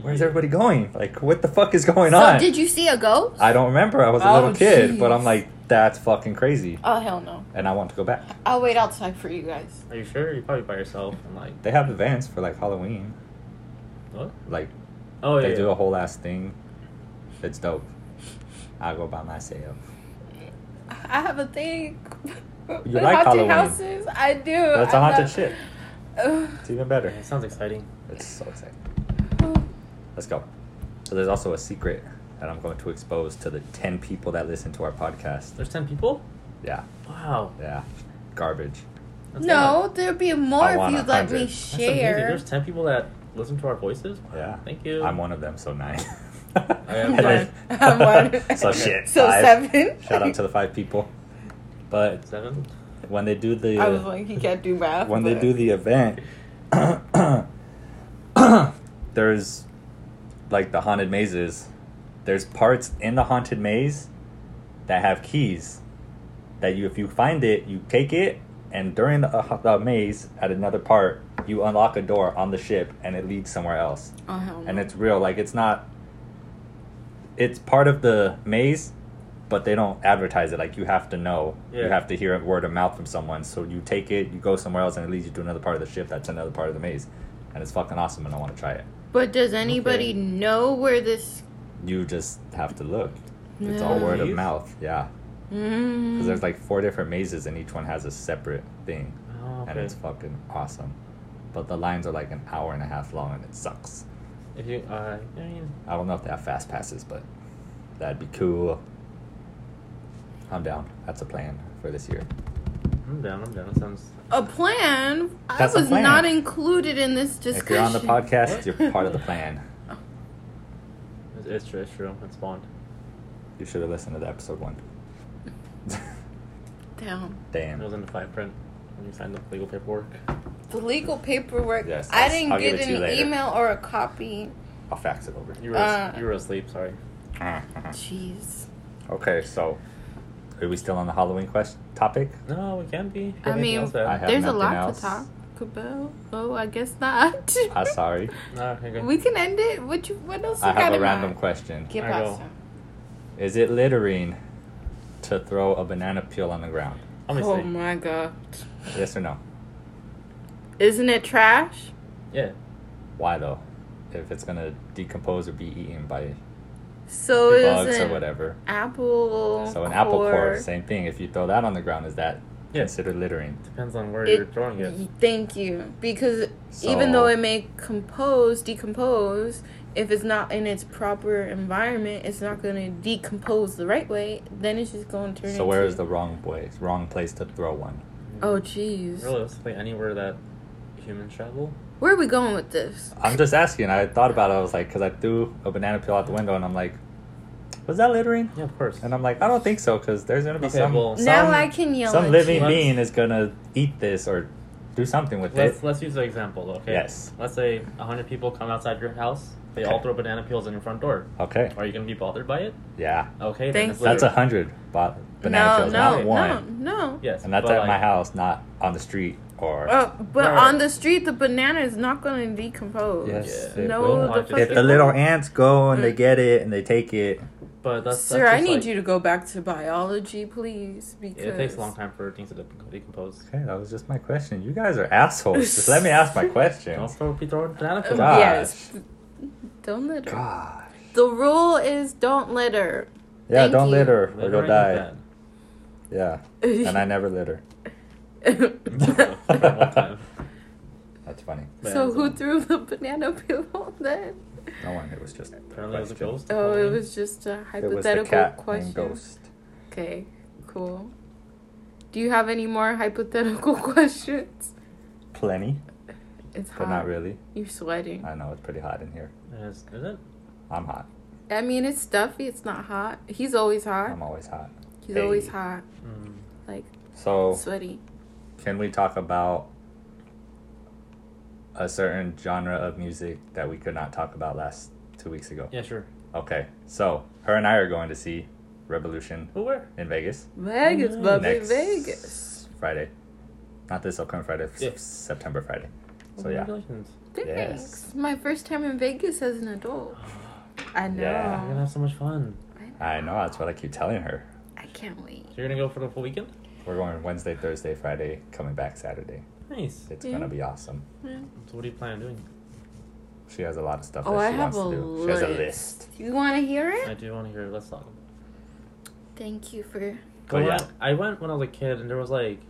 Speaker 1: Where's everybody going? Like, what the fuck is going
Speaker 3: so
Speaker 1: on?
Speaker 3: did you see a ghost?
Speaker 1: I don't remember. I was a
Speaker 3: Oh,
Speaker 1: little kid, but I'm
Speaker 3: jeez.
Speaker 1: like, that's fucking crazy
Speaker 3: Oh hell no!
Speaker 1: and I want to go back.
Speaker 3: I'll wait outside for you guys.
Speaker 2: Are you sure? You're probably by yourself. I'm like,
Speaker 1: They have events for like Halloween.
Speaker 2: what?
Speaker 1: Like
Speaker 2: Oh, yeah.
Speaker 1: they do
Speaker 2: yeah.
Speaker 1: a whole ass thing. It's dope. I go by myself.
Speaker 3: I have a thing. with
Speaker 1: like
Speaker 3: haunted
Speaker 1: Halloween.
Speaker 3: houses? I do.
Speaker 1: That's a
Speaker 3: I
Speaker 1: haunted
Speaker 3: love-
Speaker 1: ship.
Speaker 3: Ugh.
Speaker 1: It's even
Speaker 2: Yeah,
Speaker 1: better.
Speaker 2: It sounds exciting.
Speaker 1: It's so exciting. Let's go. So there's also a secret that I'm going to expose to the ten people that listen to our podcast.
Speaker 2: There's 10 people?
Speaker 1: Yeah,
Speaker 2: Wow.
Speaker 1: yeah. Garbage.
Speaker 2: That's
Speaker 3: no,
Speaker 2: not-
Speaker 3: there'd be
Speaker 1: I
Speaker 3: more if
Speaker 1: want
Speaker 3: you
Speaker 1: a
Speaker 3: would let me
Speaker 1: hundred.
Speaker 2: That's amazing.
Speaker 3: share.
Speaker 2: There's 10 people that listen to our voices? Wow,
Speaker 1: Yeah.
Speaker 2: Thank you.
Speaker 1: I'm one of them, so nine.
Speaker 2: am
Speaker 1: And then-
Speaker 3: one. I'm one.
Speaker 1: so shit.
Speaker 3: So
Speaker 1: five.
Speaker 3: seven.
Speaker 1: Shout out to the five people. But
Speaker 2: Seven?
Speaker 1: when they do the
Speaker 3: I was like, he can't do math.
Speaker 1: when they
Speaker 3: but-
Speaker 1: do the event, there's like the haunted mazes. There's parts in the haunted maze that have keys that you, if you find it, you take it, and during the, uh, the maze at another part, you unlock a door on the ship, and it leads somewhere else.
Speaker 3: Oh hell no!
Speaker 1: And it's real, like it's not. It's part of the maze, but they don't advertise it. Like you have to know, you
Speaker 2: Yeah.
Speaker 1: have to hear it word of mouth from someone. So you take it, you go somewhere else, and it leads you to another part of the ship. That's another part of the maze, and it's fucking awesome. And I want to try it.
Speaker 3: But does anybody
Speaker 2: Okay.
Speaker 3: know where this?
Speaker 1: You just have to look. It's all
Speaker 3: Yeah.
Speaker 1: word of
Speaker 2: Maze?
Speaker 1: mouth. Yeah,
Speaker 3: Mm.
Speaker 1: because there's like four different mazes, and each one has a separate thing,
Speaker 2: Oh,
Speaker 1: and
Speaker 2: okay.
Speaker 1: it's fucking awesome. But the lines are like an hour and a half long, and it sucks.
Speaker 2: If you, uh, I mean,
Speaker 1: I don't know if they have fast passes, but that'd be cool. I'm down. That's a plan for this year.
Speaker 2: I'm down. I'm down. It sounds.
Speaker 3: Mm. a plan.
Speaker 1: That's a
Speaker 3: I was
Speaker 1: plan.
Speaker 3: not included in this discussion.
Speaker 1: If you're on the podcast,
Speaker 2: What?
Speaker 1: you're part of the plan.
Speaker 2: It's, it's true. It's true. It's Bond.
Speaker 1: You should have listened to the episode one.
Speaker 3: Down.
Speaker 2: It was
Speaker 1: Damn.
Speaker 2: in the fine print when you signed the legal paperwork.
Speaker 3: The legal paperwork.
Speaker 1: Yes,
Speaker 3: I
Speaker 1: I'll-
Speaker 3: didn't
Speaker 1: I'll give
Speaker 3: get
Speaker 1: it to you
Speaker 3: an
Speaker 1: later.
Speaker 3: email or a copy.
Speaker 1: I'll fax it over.
Speaker 2: You were
Speaker 3: Uh.
Speaker 2: you were asleep. Sorry.
Speaker 3: Jeez.
Speaker 1: okay, so are we still on the Halloween quest topic?
Speaker 2: No, it can't be.
Speaker 3: I
Speaker 2: Anything
Speaker 3: mean,
Speaker 2: else, Dad?
Speaker 1: I have
Speaker 3: There's a
Speaker 1: nothing
Speaker 3: lot
Speaker 1: else.
Speaker 3: to talk about. Oh, I guess not.
Speaker 1: I'm sorry.
Speaker 2: No, okay, good.
Speaker 3: we can end it. What you? What else?
Speaker 1: I
Speaker 3: you got
Speaker 1: have a
Speaker 3: in
Speaker 1: random
Speaker 3: mind?
Speaker 1: question.
Speaker 3: Que
Speaker 2: I go.
Speaker 3: pasa?
Speaker 1: Is it littering to throw a banana peel on the ground?
Speaker 3: Oh
Speaker 2: Obviously.
Speaker 3: my god!
Speaker 1: Yes or no?
Speaker 3: Isn't it trash?
Speaker 2: yeah.
Speaker 1: Why though? If it's gonna decompose or be eaten by
Speaker 3: So
Speaker 1: bugs
Speaker 3: is
Speaker 1: or
Speaker 3: an
Speaker 1: whatever.
Speaker 3: apple.
Speaker 1: So an apple core,
Speaker 3: core-
Speaker 1: same thing. If you throw that on the ground, is that
Speaker 2: Yeah.
Speaker 1: considered littering?
Speaker 2: Depends on where
Speaker 3: It-
Speaker 2: you're throwing it.
Speaker 3: Y- Thank you. Because even though
Speaker 1: So-
Speaker 3: it may compose, decompose, if it's not in its proper environment, it's not going to decompose the right way. Then it's just going to turn.
Speaker 1: So where
Speaker 3: into-
Speaker 1: is the wrong place? Wrong place to throw one.
Speaker 2: Mm.
Speaker 3: Oh jeez.
Speaker 2: Realistically, anywhere that humans travel.
Speaker 3: Where are we going with this?
Speaker 1: I'm just asking. I thought about it. I was like, because I threw a banana peel out the window, and I'm like, was that littering?
Speaker 2: Yeah, of course.
Speaker 1: And I'm like, I don't think so, because there's gonna be
Speaker 2: Okay,
Speaker 1: some
Speaker 2: well-
Speaker 1: some,
Speaker 3: now I can yell.
Speaker 1: some
Speaker 3: at
Speaker 1: living
Speaker 3: you.
Speaker 2: Let's-
Speaker 1: being is gonna eat this or do something with
Speaker 2: Let's
Speaker 1: it.
Speaker 2: let's use an example, okay?
Speaker 1: Yes.
Speaker 2: Let's say hundred people come outside your house. They all
Speaker 1: Okay.
Speaker 2: throw banana peels in your front door.
Speaker 1: Okay,
Speaker 2: Are you gonna be bothered by it?
Speaker 1: yeah,
Speaker 2: Okay.
Speaker 3: Thank
Speaker 2: it's
Speaker 3: you.
Speaker 1: that's a
Speaker 2: litter.
Speaker 1: hundred ba- banana
Speaker 3: No,
Speaker 1: peels,
Speaker 3: no,
Speaker 1: not
Speaker 3: no,
Speaker 1: one.
Speaker 3: no.
Speaker 2: Yes.
Speaker 1: And that's
Speaker 2: but
Speaker 1: at
Speaker 2: like,
Speaker 1: my house, not on the street or.
Speaker 3: Uh, but
Speaker 2: Right.
Speaker 3: on the street, the banana is not going to decompose.
Speaker 1: Yes,
Speaker 2: Yeah.
Speaker 1: it
Speaker 3: No,
Speaker 1: will.
Speaker 2: the
Speaker 1: If
Speaker 2: fucking-
Speaker 1: the little ants go and they
Speaker 3: Mm.
Speaker 1: get it and they take it,
Speaker 2: But that's,
Speaker 3: Sir,
Speaker 2: that's
Speaker 3: I
Speaker 2: just
Speaker 3: need
Speaker 2: like-
Speaker 3: you to go back to biology, please, because
Speaker 2: It takes a long time for things to de- decompose.
Speaker 1: Okay, that was just my question. You guys are assholes. Just let me ask my
Speaker 2: Don't
Speaker 1: question.
Speaker 2: throw be throwing banana
Speaker 3: Uh,
Speaker 2: peels.
Speaker 1: God.
Speaker 3: Yes, don't litter.
Speaker 1: God.
Speaker 3: The rule is don't litter.
Speaker 1: Yeah,
Speaker 3: Thank
Speaker 1: don't
Speaker 3: you.
Speaker 1: litter or
Speaker 2: Littering
Speaker 1: you'll
Speaker 2: is
Speaker 1: die.
Speaker 2: bad.
Speaker 1: Yeah. And I never litter.
Speaker 2: One time.
Speaker 1: That's funny.
Speaker 3: so who
Speaker 2: Banana.
Speaker 3: threw the banana peel then?
Speaker 1: No one. It was just. a
Speaker 2: Apparently, it was a
Speaker 1: question.
Speaker 2: ghost.
Speaker 3: Oh, it
Speaker 2: following.
Speaker 3: was just a
Speaker 1: It was
Speaker 3: hypothetical
Speaker 1: the cat
Speaker 3: question.
Speaker 1: and ghost.
Speaker 3: Okay, cool. Do you have any more hypothetical questions?
Speaker 1: Plenty,
Speaker 3: It's hot.
Speaker 1: but not really.
Speaker 3: You're sweating.
Speaker 1: I know it's pretty hot in here.
Speaker 2: Is, is it?
Speaker 1: I'm hot.
Speaker 3: I mean, it's stuffy. It's not hot. He's always hot.
Speaker 1: I'm always hot.
Speaker 3: He's
Speaker 1: Hey.
Speaker 3: always hot.
Speaker 2: Mm.
Speaker 3: Like
Speaker 1: So,
Speaker 3: sweaty.
Speaker 1: can we talk about a certain genre of music that we could not talk about last two weeks ago?
Speaker 2: Yeah, sure.
Speaker 1: Okay, so her and I are going to see Revolution
Speaker 2: Who where?
Speaker 1: in Vegas.
Speaker 3: Vegas,
Speaker 2: Oh,
Speaker 3: but
Speaker 1: Mm. next
Speaker 3: Vegas.
Speaker 1: Friday. Not this upcoming Friday, s-
Speaker 2: Yeah.
Speaker 1: September Friday.
Speaker 3: Oh
Speaker 1: So yeah,
Speaker 2: Congratulations.
Speaker 3: Thanks.
Speaker 1: Yes.
Speaker 3: My first time in Vegas as an adult. I know.
Speaker 1: Yeah.
Speaker 2: You're gonna have so much fun.
Speaker 1: I know that's what I keep telling her.
Speaker 3: I can't wait.
Speaker 2: So you're gonna go for the full weekend?
Speaker 1: We're going Wednesday, Thursday, Friday, coming back Saturday.
Speaker 2: Nice.
Speaker 1: It's
Speaker 3: Yeah.
Speaker 1: gonna be awesome.
Speaker 2: So what do you plan on doing?
Speaker 1: She has a lot of stuff
Speaker 3: Oh,
Speaker 1: that
Speaker 3: I
Speaker 1: she
Speaker 3: have
Speaker 1: wants to
Speaker 3: a
Speaker 1: do. She has a
Speaker 3: list.
Speaker 1: list.
Speaker 3: You want to hear
Speaker 2: I
Speaker 3: it?
Speaker 2: do want to hear. Let's talk. about it.
Speaker 3: Thank you for.
Speaker 1: But
Speaker 2: Well,
Speaker 1: yeah.
Speaker 2: I went when I was a kid, and there was like,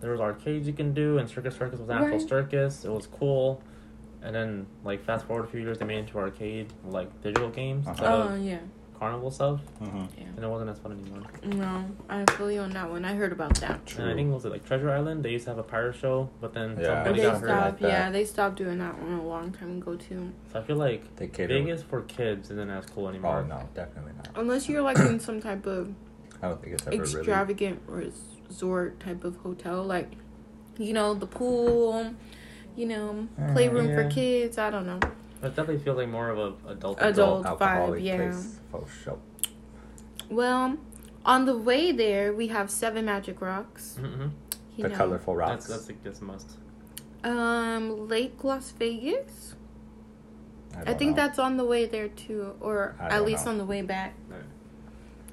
Speaker 2: there was arcades you can do, and Circus Circus was an actual
Speaker 3: Right.
Speaker 2: circus. It was cool. And then, like, fast forward a few years, they made it into arcade, like digital games, instead
Speaker 1: Uh-huh.
Speaker 3: oh
Speaker 2: of
Speaker 3: yeah.
Speaker 2: carnival stuff,
Speaker 1: Mm-hmm.
Speaker 2: and it wasn't as fun anymore.
Speaker 3: No, I feel you on that one. I heard about that.
Speaker 2: And I think it was like Treasure Island. They used to have a pirate show, but then
Speaker 1: Yeah.
Speaker 3: But
Speaker 2: somebody
Speaker 3: they
Speaker 1: got
Speaker 2: got
Speaker 3: stopped.
Speaker 1: her like that.
Speaker 3: yeah, they stopped doing that one a long time ago too.
Speaker 2: So I feel like
Speaker 1: They cater.
Speaker 2: Vegas for kids isn't as cool anymore.
Speaker 1: Oh no, definitely not.
Speaker 3: Unless you're like in some type of
Speaker 1: I don't think it's ever really.
Speaker 3: extravagant resort type of hotel, like you know the pool, you know
Speaker 1: Mm,
Speaker 3: playroom
Speaker 2: yeah.
Speaker 3: for kids. I don't know.
Speaker 2: But it definitely feels like more of a adult.
Speaker 3: Adult. old
Speaker 1: alcoholic
Speaker 3: vibe, yeah.
Speaker 1: place for sure.
Speaker 3: Well, on the way there we have Seven Magic Rocks.
Speaker 2: Mm-hmm.
Speaker 3: You
Speaker 1: the
Speaker 3: know.
Speaker 1: colorful
Speaker 2: That's
Speaker 1: rocks.
Speaker 2: that's like just a must.
Speaker 3: Um, Lake Las Vegas. I,
Speaker 1: don't
Speaker 3: think
Speaker 1: know.
Speaker 3: that's on the way there too, or
Speaker 1: I
Speaker 3: at
Speaker 1: don't
Speaker 3: least
Speaker 1: know.
Speaker 3: on the way back.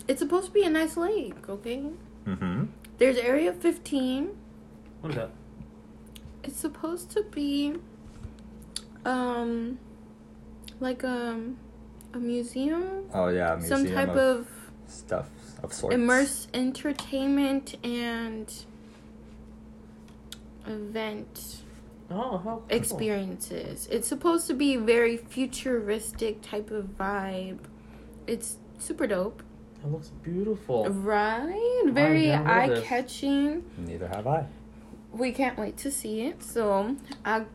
Speaker 3: It's supposed to be a nice lake, okay?
Speaker 1: Mm-hmm.
Speaker 3: There's Area 15.
Speaker 2: What is that?
Speaker 3: It's supposed to be um like um a museum,
Speaker 1: Oh yeah, a museum
Speaker 3: some type
Speaker 1: of,
Speaker 3: of
Speaker 1: stuff of sorts.
Speaker 3: immerse entertainment and event
Speaker 2: Oh, how cool.
Speaker 3: experiences. It's supposed to be very futuristic type of vibe. It's super dope,
Speaker 2: It looks beautiful.
Speaker 3: right?
Speaker 2: I
Speaker 3: Very
Speaker 2: never heard of
Speaker 3: eye
Speaker 2: this.
Speaker 3: catching.
Speaker 1: Neither have I.
Speaker 3: We can't wait to see it. So I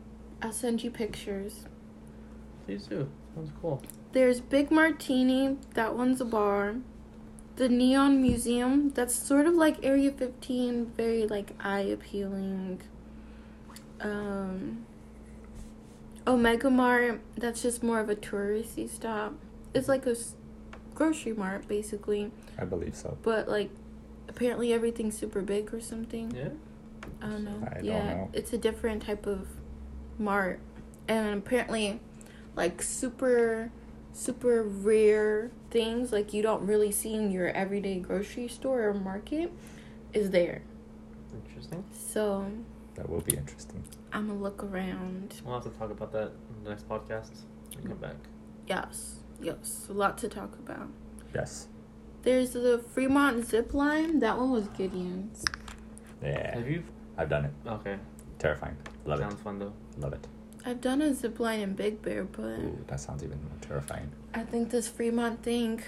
Speaker 3: I'll send you pictures.
Speaker 2: Please do. Sounds cool.
Speaker 3: There's Big Martini. That one's a bar. The Neon Museum. That's sort of like Area 15. Very like eye appealing. Um. Omega Mart. That's just more of a touristy stop. It's like a s- grocery mart basically,
Speaker 1: I believe so.
Speaker 3: but like apparently everything's super big or something.
Speaker 2: Yeah.
Speaker 3: I don't know.
Speaker 1: I don't
Speaker 3: yeah,
Speaker 1: know.
Speaker 3: it's a different type of mart, and apparently, like super, super rare things like you don't really see in your everyday grocery store or market, is there.
Speaker 2: Interesting.
Speaker 3: So
Speaker 1: That will be interesting.
Speaker 3: I'm gonna look around.
Speaker 2: We'll have to talk about that in the next podcast. When we come back.
Speaker 3: Yes, yes, a lot to talk about.
Speaker 1: Yes.
Speaker 3: There's the Fremont zip line. That one was Gideon's.
Speaker 1: Yeah.
Speaker 2: Have you?
Speaker 1: I've done it.
Speaker 2: Okay.
Speaker 1: Terrifying. Love
Speaker 2: Sounds fun though.
Speaker 1: it. Love it.
Speaker 3: I've done a zip line in Big Bear, but
Speaker 1: Ooh, that sounds even more terrifying.
Speaker 3: I think this Fremont thing,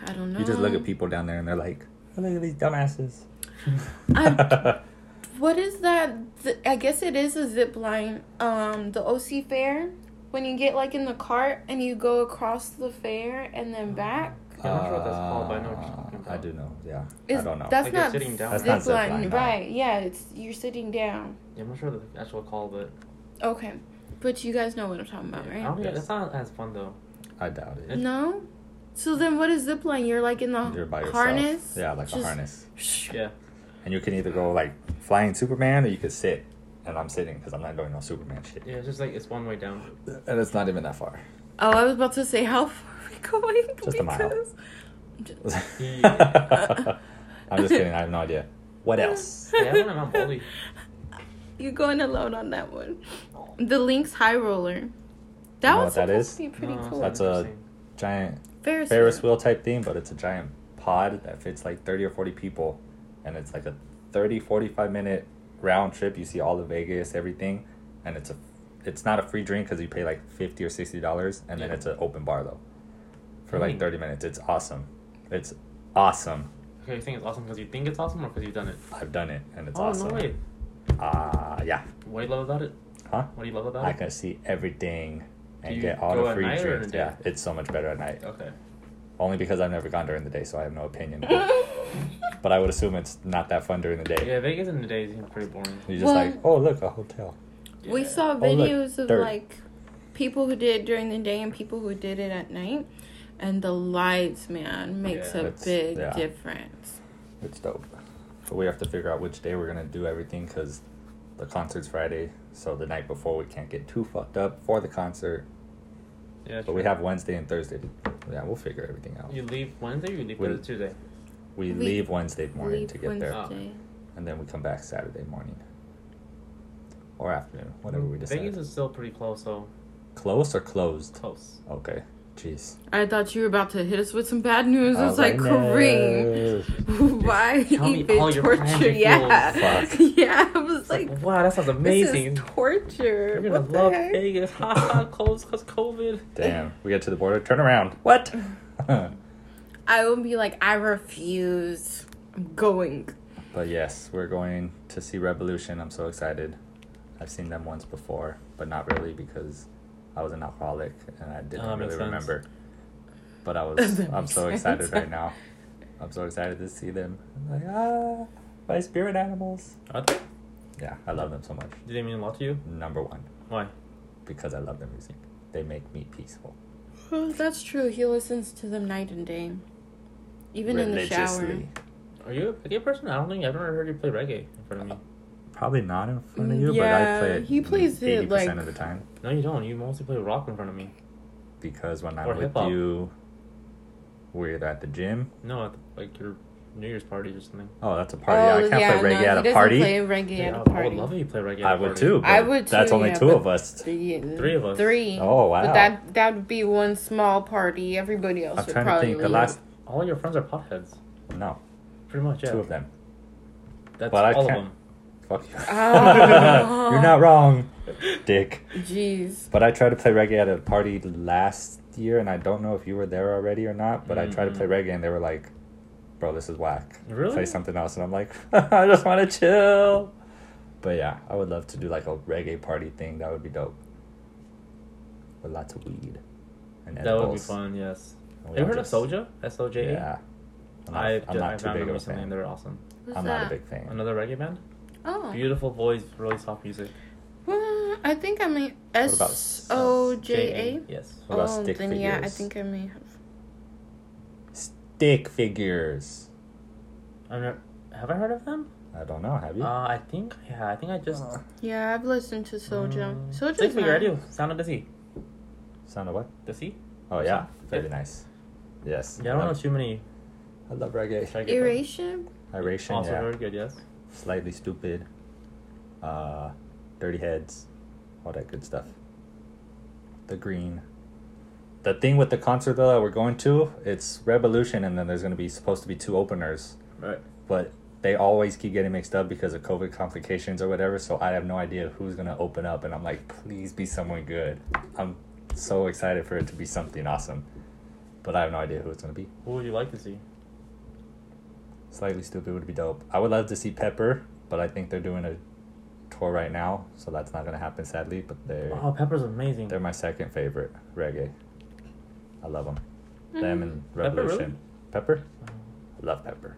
Speaker 3: I don't know.
Speaker 1: You just look at people down there and they're like, "Oh, look at these dumbasses.
Speaker 3: I've- What is that? Th- I guess it is a zip line. Um, the OC fair. When you get like in the cart and you go across the fair and
Speaker 2: Mm-hmm.
Speaker 3: then back.
Speaker 2: I'm not sure what that's called, but I know what you're talking
Speaker 1: Uh,
Speaker 2: about.
Speaker 1: I do know. Yeah.
Speaker 3: Is-
Speaker 1: I don't know.
Speaker 3: That's
Speaker 2: Like you're
Speaker 3: not
Speaker 2: sitting down.
Speaker 1: That's
Speaker 3: zip,
Speaker 1: not zip
Speaker 3: line,
Speaker 1: line, no.
Speaker 3: right? Yeah, it's you're sitting down.
Speaker 2: Yeah, I'm not sure the actual call, but
Speaker 3: Okay, but you guys know what I'm talking about,
Speaker 2: I don't
Speaker 3: right?
Speaker 2: think
Speaker 1: Yes.
Speaker 2: that's not as fun though.
Speaker 1: I doubt it.
Speaker 3: No. So then, what is zip line? You're like in the
Speaker 1: You're by yourself.
Speaker 3: harness.
Speaker 1: Yeah, like a
Speaker 3: Just-
Speaker 1: harness.
Speaker 2: Yeah.
Speaker 1: And you can either go like flying Superman or you could sit. And I'm sitting because I'm not doing no Superman shit.
Speaker 2: Yeah, it's just like it's one way down.
Speaker 1: And it's not even that far.
Speaker 3: Oh, I was about to say how far are we going?
Speaker 1: Just a mile.
Speaker 3: Because-
Speaker 2: Yeah.
Speaker 1: I'm just kidding. I have no idea. What else?
Speaker 2: Yeah, I went on Mount Baldy.
Speaker 3: You're going alone on that one. The Lynx High Roller. That
Speaker 1: know
Speaker 3: one's
Speaker 1: what that
Speaker 3: supposed
Speaker 1: is?
Speaker 3: to be pretty
Speaker 2: No, it's
Speaker 3: cool.
Speaker 2: not
Speaker 1: That's a-
Speaker 2: interesting.
Speaker 1: Giant
Speaker 3: Ferris,
Speaker 1: Ferris wheel type thing, but it's a giant pod that fits like 30 or 40 people. And it's like a 30, 45 minute round trip. You see all of Vegas, everything. And it's a it's not a free drink because you pay like 50 or $60. And then
Speaker 2: Yeah.
Speaker 1: it's an open bar though for like
Speaker 2: Mm.
Speaker 1: 30 minutes. It's awesome. It's awesome.
Speaker 2: Okay, you think it's awesome because you think it's awesome or because you've done it?
Speaker 1: I've done it and it's
Speaker 2: oh
Speaker 1: awesome.
Speaker 2: no way!
Speaker 1: Ah, yeah.
Speaker 2: What do you love about it?
Speaker 1: Huh?
Speaker 2: What do you love about
Speaker 1: I
Speaker 2: it?
Speaker 1: can see everything
Speaker 2: Do
Speaker 1: and
Speaker 2: you
Speaker 1: get all
Speaker 2: go
Speaker 1: the
Speaker 2: at
Speaker 1: free
Speaker 2: night or in
Speaker 1: drinks.
Speaker 2: the day?
Speaker 1: Yeah, it's so much better at night.
Speaker 2: Okay.
Speaker 1: Only because I've never gone during the day, so I have no opinion. but I would assume it's not that fun during the day.
Speaker 2: Yeah, Vegas in the day is pretty boring.
Speaker 1: You're just
Speaker 3: Well-
Speaker 1: like, oh look, a hotel.
Speaker 3: We
Speaker 2: Yeah.
Speaker 3: saw
Speaker 1: Oh, look,
Speaker 3: videos of
Speaker 1: dirt.
Speaker 3: like people who did it during the day and people who did it at night, and the lights, man, makes
Speaker 2: Yeah.
Speaker 3: a
Speaker 1: It's-
Speaker 3: big
Speaker 1: yeah.
Speaker 3: difference.
Speaker 1: It's dope. But we have to figure out which day we're gonna do everything because the concert's Friday, so the night before we can't get too fucked up for the concert.
Speaker 2: Yeah,
Speaker 1: But we
Speaker 2: true.
Speaker 1: have Wednesday and Thursday. To, yeah, we'll figure everything out.
Speaker 2: You leave Wednesday. Or you leave
Speaker 1: We-
Speaker 2: Wednesday, Tuesday.
Speaker 1: We,
Speaker 3: We
Speaker 1: leave Wednesday morning to get there,
Speaker 2: Oh.
Speaker 3: Wednesday.
Speaker 1: and then we come back Saturday morning or afternoon, whatever we decide.
Speaker 2: Mm, Vegas is still pretty close, so
Speaker 1: Closed or closed?
Speaker 2: close.
Speaker 1: Okay. Jeez.
Speaker 3: I thought you were about to hit us with some bad news.
Speaker 1: I
Speaker 3: It's
Speaker 1: was
Speaker 3: like,
Speaker 1: like,
Speaker 3: Kareem, why
Speaker 2: Tell me
Speaker 3: even
Speaker 2: all your plans
Speaker 3: torture?
Speaker 2: and
Speaker 3: Yeah,
Speaker 1: goals. Fuck.
Speaker 3: yeah. I was
Speaker 2: It's like,
Speaker 3: like,
Speaker 2: wow, that sounds amazing.
Speaker 3: this is torture.
Speaker 2: You're gonna
Speaker 3: What the
Speaker 2: love
Speaker 3: heck?
Speaker 2: Vegas. Ha ha, close because COVID.
Speaker 1: Damn. We get to the border. Turn around. What?
Speaker 3: I would be like, I refuse. I'm going.
Speaker 1: But yes, we're going to see Revolution. I'm so excited. I've seen them once before, but not really because I was an alcoholic and I didn't
Speaker 2: Oh, that
Speaker 1: really
Speaker 2: makes sense.
Speaker 1: remember. But I was
Speaker 3: That
Speaker 1: I'm
Speaker 3: makes
Speaker 1: so excited
Speaker 3: sense.
Speaker 1: right now. I'm so excited to see them. I'm like, ah, my spirit animals.
Speaker 2: Are they?
Speaker 1: Yeah, I love them so much.
Speaker 2: Did they mean a lot to you?
Speaker 1: Number one,
Speaker 2: Why?
Speaker 1: because I love their music. They make me peaceful.
Speaker 3: Oh, that's true. He listens to them night and day, even in the shower.
Speaker 1: religiously.
Speaker 2: Are you a reggae person? I don't think I've ever heard you play reggae in front of me.
Speaker 1: Probably not in front of
Speaker 3: Mm,
Speaker 1: you,
Speaker 3: yeah,
Speaker 1: but I play it
Speaker 3: he plays it,
Speaker 1: 80%
Speaker 3: like-
Speaker 1: of the time.
Speaker 2: No, you don't. You mostly play rock in front of me.
Speaker 1: because when
Speaker 2: Or
Speaker 1: I'm with
Speaker 2: hip-hop.
Speaker 1: you, We're either at the gym.
Speaker 2: No, at the, like your New Year's party or something.
Speaker 1: Oh, that's a party. I can't play reggae
Speaker 3: no,
Speaker 1: at
Speaker 3: he
Speaker 1: a
Speaker 3: doesn't
Speaker 1: party.
Speaker 3: Play reggae
Speaker 2: Yeah,
Speaker 3: at a
Speaker 2: I
Speaker 3: party.
Speaker 2: would love if you play reggae. at
Speaker 1: I
Speaker 2: a
Speaker 1: would
Speaker 2: party.
Speaker 1: too.
Speaker 3: I
Speaker 1: but
Speaker 3: would
Speaker 1: That's
Speaker 3: too,
Speaker 1: only
Speaker 3: yeah,
Speaker 1: two
Speaker 3: but-
Speaker 1: of us.
Speaker 3: Three,
Speaker 2: Three of us.
Speaker 3: Three.
Speaker 1: Oh, wow.
Speaker 3: But that that would be one small party. Everybody else
Speaker 1: I'm
Speaker 3: would
Speaker 1: trying to
Speaker 3: probably
Speaker 1: think. The
Speaker 3: leave.
Speaker 1: last
Speaker 2: All your friends are potheads.
Speaker 1: no,
Speaker 2: Pretty much, yeah.
Speaker 1: two of them.
Speaker 2: That's
Speaker 1: But I
Speaker 2: all of
Speaker 1: can't-
Speaker 2: them.
Speaker 1: Fuck you.
Speaker 3: Oh.
Speaker 1: You're not wrong, Dick.
Speaker 3: Jeez.
Speaker 1: But I tried to play reggae at a party last year, and I don't know if you were there already or not. But I tried to
Speaker 2: Mhm.
Speaker 1: play reggae, and they were like, "Bro, this is whack. Play
Speaker 2: Really?
Speaker 1: something else." And I'm like, "I just want to chill." But yeah, I would love to do like a reggae party thing. That would be dope. With lots of weed and
Speaker 2: That would be
Speaker 1: edibles.
Speaker 2: fun. Yes.
Speaker 1: And we
Speaker 2: Have you
Speaker 1: all
Speaker 2: heard of
Speaker 1: just-
Speaker 2: Soja? S O J A.
Speaker 1: Yeah. I'm not,
Speaker 2: I
Speaker 1: I'm
Speaker 2: ju-
Speaker 1: not
Speaker 2: I
Speaker 1: too
Speaker 2: found
Speaker 1: big
Speaker 2: them
Speaker 1: of a
Speaker 2: recently, and
Speaker 1: fan.
Speaker 2: they're awesome.
Speaker 3: Who's
Speaker 1: I'm
Speaker 3: that?
Speaker 1: not a big fan.
Speaker 2: Another reggae band.
Speaker 3: Oh.
Speaker 2: Beautiful voice, really soft music.
Speaker 3: Well, I think I mean
Speaker 1: about
Speaker 3: S O J A.
Speaker 2: Yes.
Speaker 1: What about
Speaker 3: Oh,
Speaker 1: stick
Speaker 3: then yeah, I
Speaker 1: figures?
Speaker 3: think I may have.
Speaker 1: Stick figures.
Speaker 2: I'm not, have I heard of them?
Speaker 1: I don't know. Have you?
Speaker 2: Uh, I think yeah. I think I just.
Speaker 3: Uh-huh. Oh.
Speaker 1: Uh,
Speaker 3: Yeah, I've listened to Soja.
Speaker 2: Mm,
Speaker 3: Soja's
Speaker 2: Stick figure. I
Speaker 3: nice.
Speaker 2: do. Sound of the sea.
Speaker 1: Sound of what?
Speaker 2: The sea.
Speaker 1: Oh yeah,
Speaker 2: Sound-
Speaker 1: very
Speaker 2: yeah.
Speaker 1: nice. Yes.
Speaker 2: Yeah, I don't know
Speaker 1: love-
Speaker 2: too many.
Speaker 1: I love reggae.
Speaker 2: reggae bands.
Speaker 3: Erasure.
Speaker 1: Iration,
Speaker 2: Also
Speaker 1: yeah.
Speaker 2: very good. Yes.
Speaker 1: Slightly stupid. Uh, dirty heads, all that good stuff. The green. The thing with the concert though that we're going to, it's Revolution, and then there's gonna be supposed to be two openers,
Speaker 2: Right.
Speaker 1: but they always keep getting mixed up because of COVID complications or whatever. So I have no idea who's gonna open up, and I'm like, please be someone good. I'm so excited for it to be something awesome, but I have no idea who it's gonna be.
Speaker 2: Who would you like to see?
Speaker 1: Slightly Stupid would be dope. I would love to see Pepper, but I think they're doing a tour right now, so that's not gonna happen sadly. But they're
Speaker 2: Oh, Pepper's amazing.
Speaker 1: they're my second favorite reggae. I love them.
Speaker 3: Mm-hmm.
Speaker 1: Them and Revolution. Pepper,
Speaker 2: Uh-huh.
Speaker 1: I love Pepper.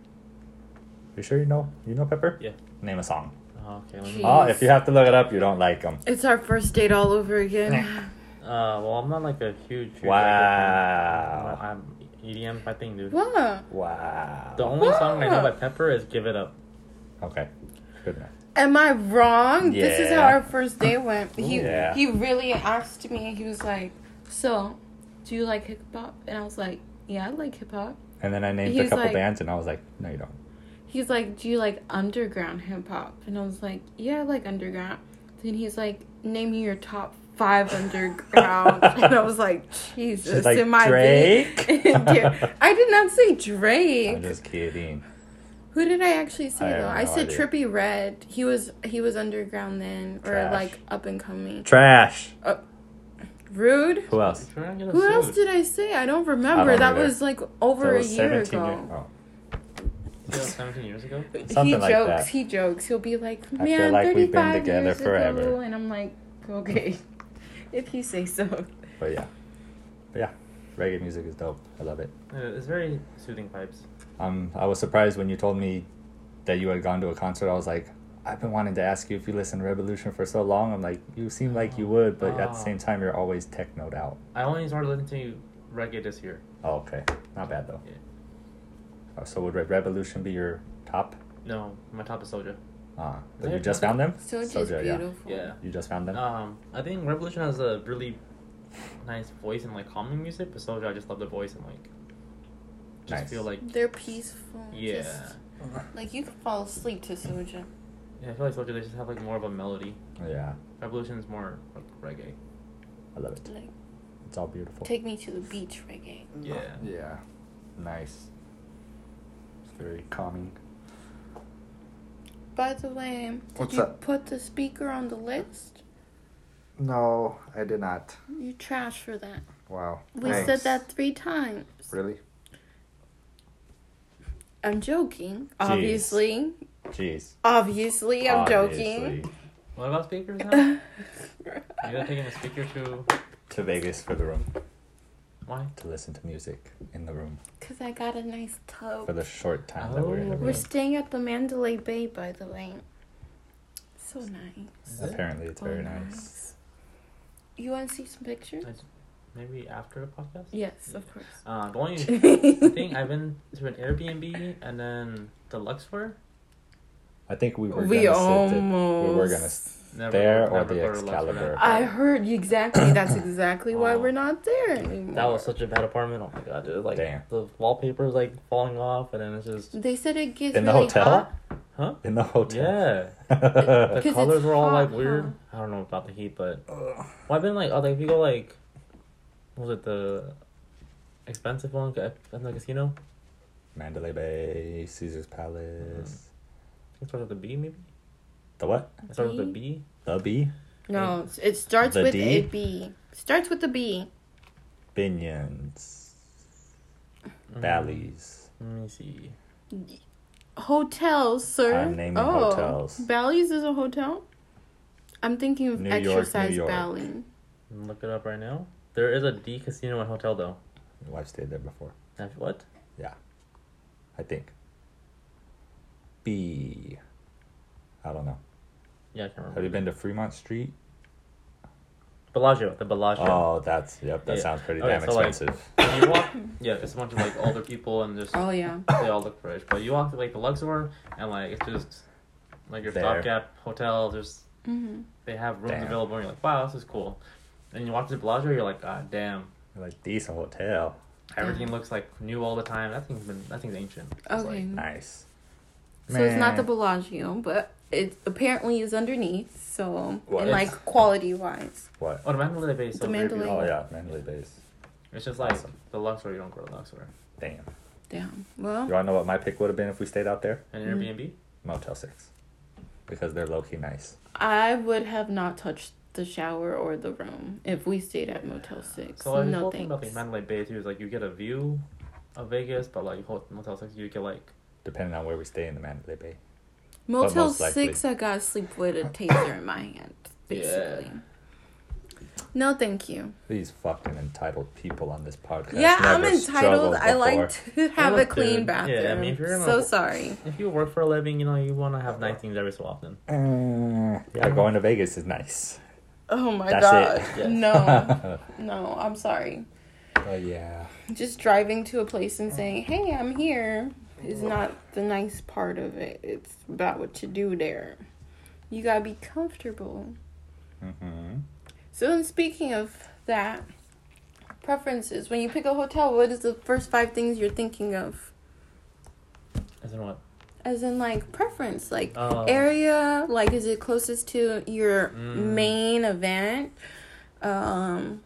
Speaker 1: You sure you know you know Pepper?
Speaker 2: Yeah.
Speaker 1: Name a song.
Speaker 2: Oh, okay. Let me,
Speaker 3: Jeez.
Speaker 1: Oh, if you have to look it up, you don't like them.
Speaker 3: It's our first date all over again.
Speaker 2: uh, well, I'm not like a huge. huge
Speaker 1: Wow.
Speaker 2: reggae fan. I'm, E I'm EDM my thing, dude.
Speaker 3: what?
Speaker 1: Wow.
Speaker 2: The only song I know
Speaker 3: Wow.
Speaker 2: by Pepper is "Give It Up."
Speaker 1: Okay. Good enough.
Speaker 3: Am I wrong? This is how
Speaker 1: Yeah.
Speaker 3: our first day went. He
Speaker 1: Yeah.
Speaker 3: he really asked me. He was like, "So, do you like hip hop?" And I was like, "Yeah, I like hip hop."
Speaker 1: And then I named a
Speaker 3: He's
Speaker 1: couple
Speaker 3: like-
Speaker 1: bands, and I was like, no, you don't.
Speaker 3: He's like, "Do you like underground hip hop?" And I was like, "Yeah, I like underground." Then he's like, "Name me your top five underground." and I was like, "Jesus,
Speaker 1: She's like,
Speaker 3: am I being-
Speaker 1: Drake?
Speaker 3: Dear- I did not say Drake.
Speaker 1: I'm just kidding.
Speaker 3: Who did I actually say
Speaker 1: I have
Speaker 3: though? I
Speaker 1: no
Speaker 3: said
Speaker 1: idea.
Speaker 3: Trippy Red. He was he was underground then, or
Speaker 1: Trash.
Speaker 3: like up and coming. Uh,
Speaker 1: Trash.
Speaker 3: Rude.
Speaker 1: Who else?
Speaker 2: We're not gonna
Speaker 3: Who
Speaker 2: sue.
Speaker 3: else did I say? I don't remember.
Speaker 1: I don't
Speaker 3: that
Speaker 1: either.
Speaker 3: was like over
Speaker 1: That
Speaker 3: a
Speaker 1: was
Speaker 3: year
Speaker 1: 17 year-
Speaker 3: ago.
Speaker 1: oh.
Speaker 2: Yeah, 17 years ago?
Speaker 1: Something
Speaker 3: he
Speaker 1: like
Speaker 3: jokes.
Speaker 1: that.
Speaker 3: He jokes. He'll be like,
Speaker 1: feel
Speaker 3: "Man,
Speaker 1: like we've been
Speaker 3: 35
Speaker 1: together
Speaker 3: years ago,"
Speaker 1: forever.
Speaker 3: and I'm like, "Okay, if you say so."
Speaker 1: But yeah. But yeah. Reggae music is dope. I love it.
Speaker 2: Uh, It's very soothing vibes.
Speaker 1: Um, I was surprised when you told me that you had gone to a concert. I was like, I've been wanting to ask you if you listen to Revolution for so long. I'm like, you seem like you would, but at the
Speaker 2: Oh.
Speaker 1: same time, you're always technoed out.
Speaker 2: I only started listening to reggae this year.
Speaker 1: Oh, okay. Not bad, though.
Speaker 2: Yeah.
Speaker 1: Oh, So would Re- Revolution be your top?
Speaker 2: No, my top is Soja.
Speaker 1: Uh, but
Speaker 2: They're
Speaker 1: you just
Speaker 2: top.
Speaker 1: found them?
Speaker 3: So it's
Speaker 1: Soja, yeah.
Speaker 3: beautiful.
Speaker 2: Yeah.
Speaker 1: You just found them?
Speaker 2: Um, I think Revolution has a really nice voice and like calming music, but Soja, I just love the voice and like just
Speaker 1: Nice.
Speaker 2: feel like
Speaker 3: They're peaceful.
Speaker 2: yeah,
Speaker 3: Just, like you can fall asleep to Soja.
Speaker 2: yeah. I feel like Soja they just have like more of a melody.
Speaker 1: yeah.
Speaker 2: Revolution is more like reggae.
Speaker 1: I love it.
Speaker 3: Like,
Speaker 1: It's all beautiful.
Speaker 3: take me to the beach, reggae.
Speaker 2: Yeah.
Speaker 1: Yeah. Nice. It's very calming.
Speaker 3: By the way, did
Speaker 1: What's
Speaker 3: you
Speaker 1: up?
Speaker 3: put the speaker on the list?
Speaker 1: No, I did not.
Speaker 3: You trash for that.
Speaker 1: Wow.
Speaker 3: We said that three times.
Speaker 1: Really?
Speaker 3: I'm joking. Obviously.
Speaker 1: Jeez.
Speaker 3: Obviously, I'm joking.
Speaker 1: Obviously.
Speaker 2: What about speakers? Now? You're not taking a speaker to
Speaker 1: To Vegas for the room
Speaker 2: why?
Speaker 1: to listen to music in the room
Speaker 3: Because I got a nice tote.
Speaker 1: for the short time that we're in the
Speaker 2: Oh.
Speaker 3: We're
Speaker 1: room.
Speaker 3: staying at the Mandalay Bay, by the way. So nice.
Speaker 2: Is it?
Speaker 1: Apparently, it's very
Speaker 3: Oh,
Speaker 1: nice.
Speaker 3: You want to see some pictures?
Speaker 2: I- Maybe after the podcast.
Speaker 3: Yes, of course.
Speaker 2: Uh, the only thing I've been to an Airbnb and then the Luxor.
Speaker 1: I think we were
Speaker 3: we
Speaker 1: gonna sit.
Speaker 3: almost.
Speaker 1: At, we were gonna
Speaker 2: Never-
Speaker 1: there or
Speaker 2: never
Speaker 1: the
Speaker 2: go to lunch with
Speaker 1: Excalibur.
Speaker 3: I heard exactly. That's exactly why
Speaker 2: Oh.
Speaker 3: we're not there anymore.
Speaker 2: That was such a bad apartment. Oh my god, dude! Like
Speaker 1: Damn.
Speaker 2: the wallpaper's like falling off, and then it's just
Speaker 3: They said it gets
Speaker 1: In the
Speaker 3: really
Speaker 1: hotel?
Speaker 3: hot.
Speaker 2: huh?
Speaker 1: In the hotel.
Speaker 2: Yeah,
Speaker 1: Yeah.
Speaker 2: the
Speaker 3: 'Cause it's
Speaker 2: colors were all
Speaker 3: hot,
Speaker 2: like weird. I don't know about the heat, but well, I've been like, oh, like if you go like, what was it the expensive one at at the casino?
Speaker 1: Mandalay Bay, Caesar's Palace.
Speaker 2: I think it starts with a B, maybe.
Speaker 1: The what?
Speaker 2: It starts with a
Speaker 3: B?
Speaker 2: B.
Speaker 1: The B?
Speaker 3: No, it starts
Speaker 1: The
Speaker 3: with
Speaker 1: D?
Speaker 3: a B. Starts with a B.
Speaker 1: Binions.
Speaker 2: Mm,
Speaker 3: Mm-hmm.
Speaker 1: Bally's.
Speaker 2: Let me see.
Speaker 3: Hotels, sir. Oh.
Speaker 1: I'm naming hotels.
Speaker 3: Bally's is a hotel? I'm thinking of
Speaker 1: New York, New
Speaker 3: exercise
Speaker 1: York.
Speaker 3: Bally.
Speaker 2: Look it up right now. There is a D casino and hotel though.
Speaker 1: My wife stayed there before.
Speaker 2: Have- What?
Speaker 1: Yeah. I think. B. I don't know.
Speaker 2: Yeah, I can't remember.
Speaker 1: Have you been to Fremont Street?
Speaker 2: Bellagio, the Bellagio.
Speaker 1: Oh, that's yep. That
Speaker 2: Yeah.
Speaker 1: sounds pretty
Speaker 2: Okay,
Speaker 1: damn
Speaker 2: so, like-
Speaker 1: expensive.
Speaker 2: When you walk, yeah, it's a bunch of like older people and just
Speaker 3: Oh, yeah.
Speaker 2: they all look fresh. But you walk to like the Luxor and like it's just like your
Speaker 1: There.
Speaker 2: stopgap hotel. Just
Speaker 3: hmm
Speaker 2: they have rooms
Speaker 1: Damn.
Speaker 2: available. and You're like, wow, this is cool. And you walk to the Bellagio, you're like, ah, damn,
Speaker 1: like decent hotel.
Speaker 2: everything looks like new all the time. That thing's been that thing's ancient. It's
Speaker 3: Okay.
Speaker 2: like-
Speaker 1: Nice.
Speaker 3: So it's not the
Speaker 1: Man.
Speaker 3: Bellagio, but it apparently is underneath. So,
Speaker 1: What?
Speaker 3: and like quality wise.
Speaker 1: what?
Speaker 2: oh, the Mandalay Bay is so
Speaker 3: The
Speaker 2: very
Speaker 3: Mandalay.
Speaker 2: beautiful.
Speaker 1: Oh yeah, Mandalay Bay.
Speaker 2: It's just like
Speaker 1: Awesome.
Speaker 2: the Luxor. You don't go to Luxor.
Speaker 1: Damn.
Speaker 3: Damn. Well,
Speaker 1: You wanna know what my pick would have been if we stayed out there?
Speaker 2: And
Speaker 3: Mm.
Speaker 2: Airbnb.
Speaker 1: Motel Six, because they're low key nice.
Speaker 3: I would have not touched the shower or the room if we stayed at Motel 6.
Speaker 2: So like, the
Speaker 3: no
Speaker 2: whole thing about like
Speaker 3: thanks.
Speaker 2: Mandalay Bay too is like you get a view of Vegas, but like Hot- Motel Six, you get like
Speaker 1: Depending on where we stay in the Mandalay Bay.
Speaker 3: Motel
Speaker 1: most likely.
Speaker 3: 6, I got to sleep with a taser in my hand, basically. No, thank you.
Speaker 1: These fucking entitled people on this podcast.
Speaker 3: Yeah, I'm
Speaker 1: never
Speaker 3: entitled.
Speaker 1: struggled
Speaker 3: I like
Speaker 1: before.
Speaker 3: to have a
Speaker 2: Look,
Speaker 3: clean
Speaker 2: dude,
Speaker 3: bathroom.
Speaker 2: yeah, I mean, if you're gonna-
Speaker 3: so sorry.
Speaker 2: if you work for a living, you know you want to have
Speaker 1: Uh-huh.
Speaker 2: nice things every so often.
Speaker 1: Uh,
Speaker 3: Mm.
Speaker 1: yeah, going to Vegas is nice.
Speaker 3: Oh my
Speaker 1: That's
Speaker 3: god.
Speaker 1: it.
Speaker 2: Yes.
Speaker 3: No. No, I'm sorry.
Speaker 1: oh yeah.
Speaker 3: Just driving to a place and saying, "Hey, I'm here," is not the nice part of it. It's about what you do there. You got to be comfortable.
Speaker 1: Mm-hmm.
Speaker 3: So, then speaking of that, preferences. When you pick a hotel, what is the first five things you're thinking of?
Speaker 2: As in what?
Speaker 3: As in like preference, like
Speaker 2: Uh,
Speaker 3: area like is it closest to your
Speaker 2: Mm.
Speaker 3: main event um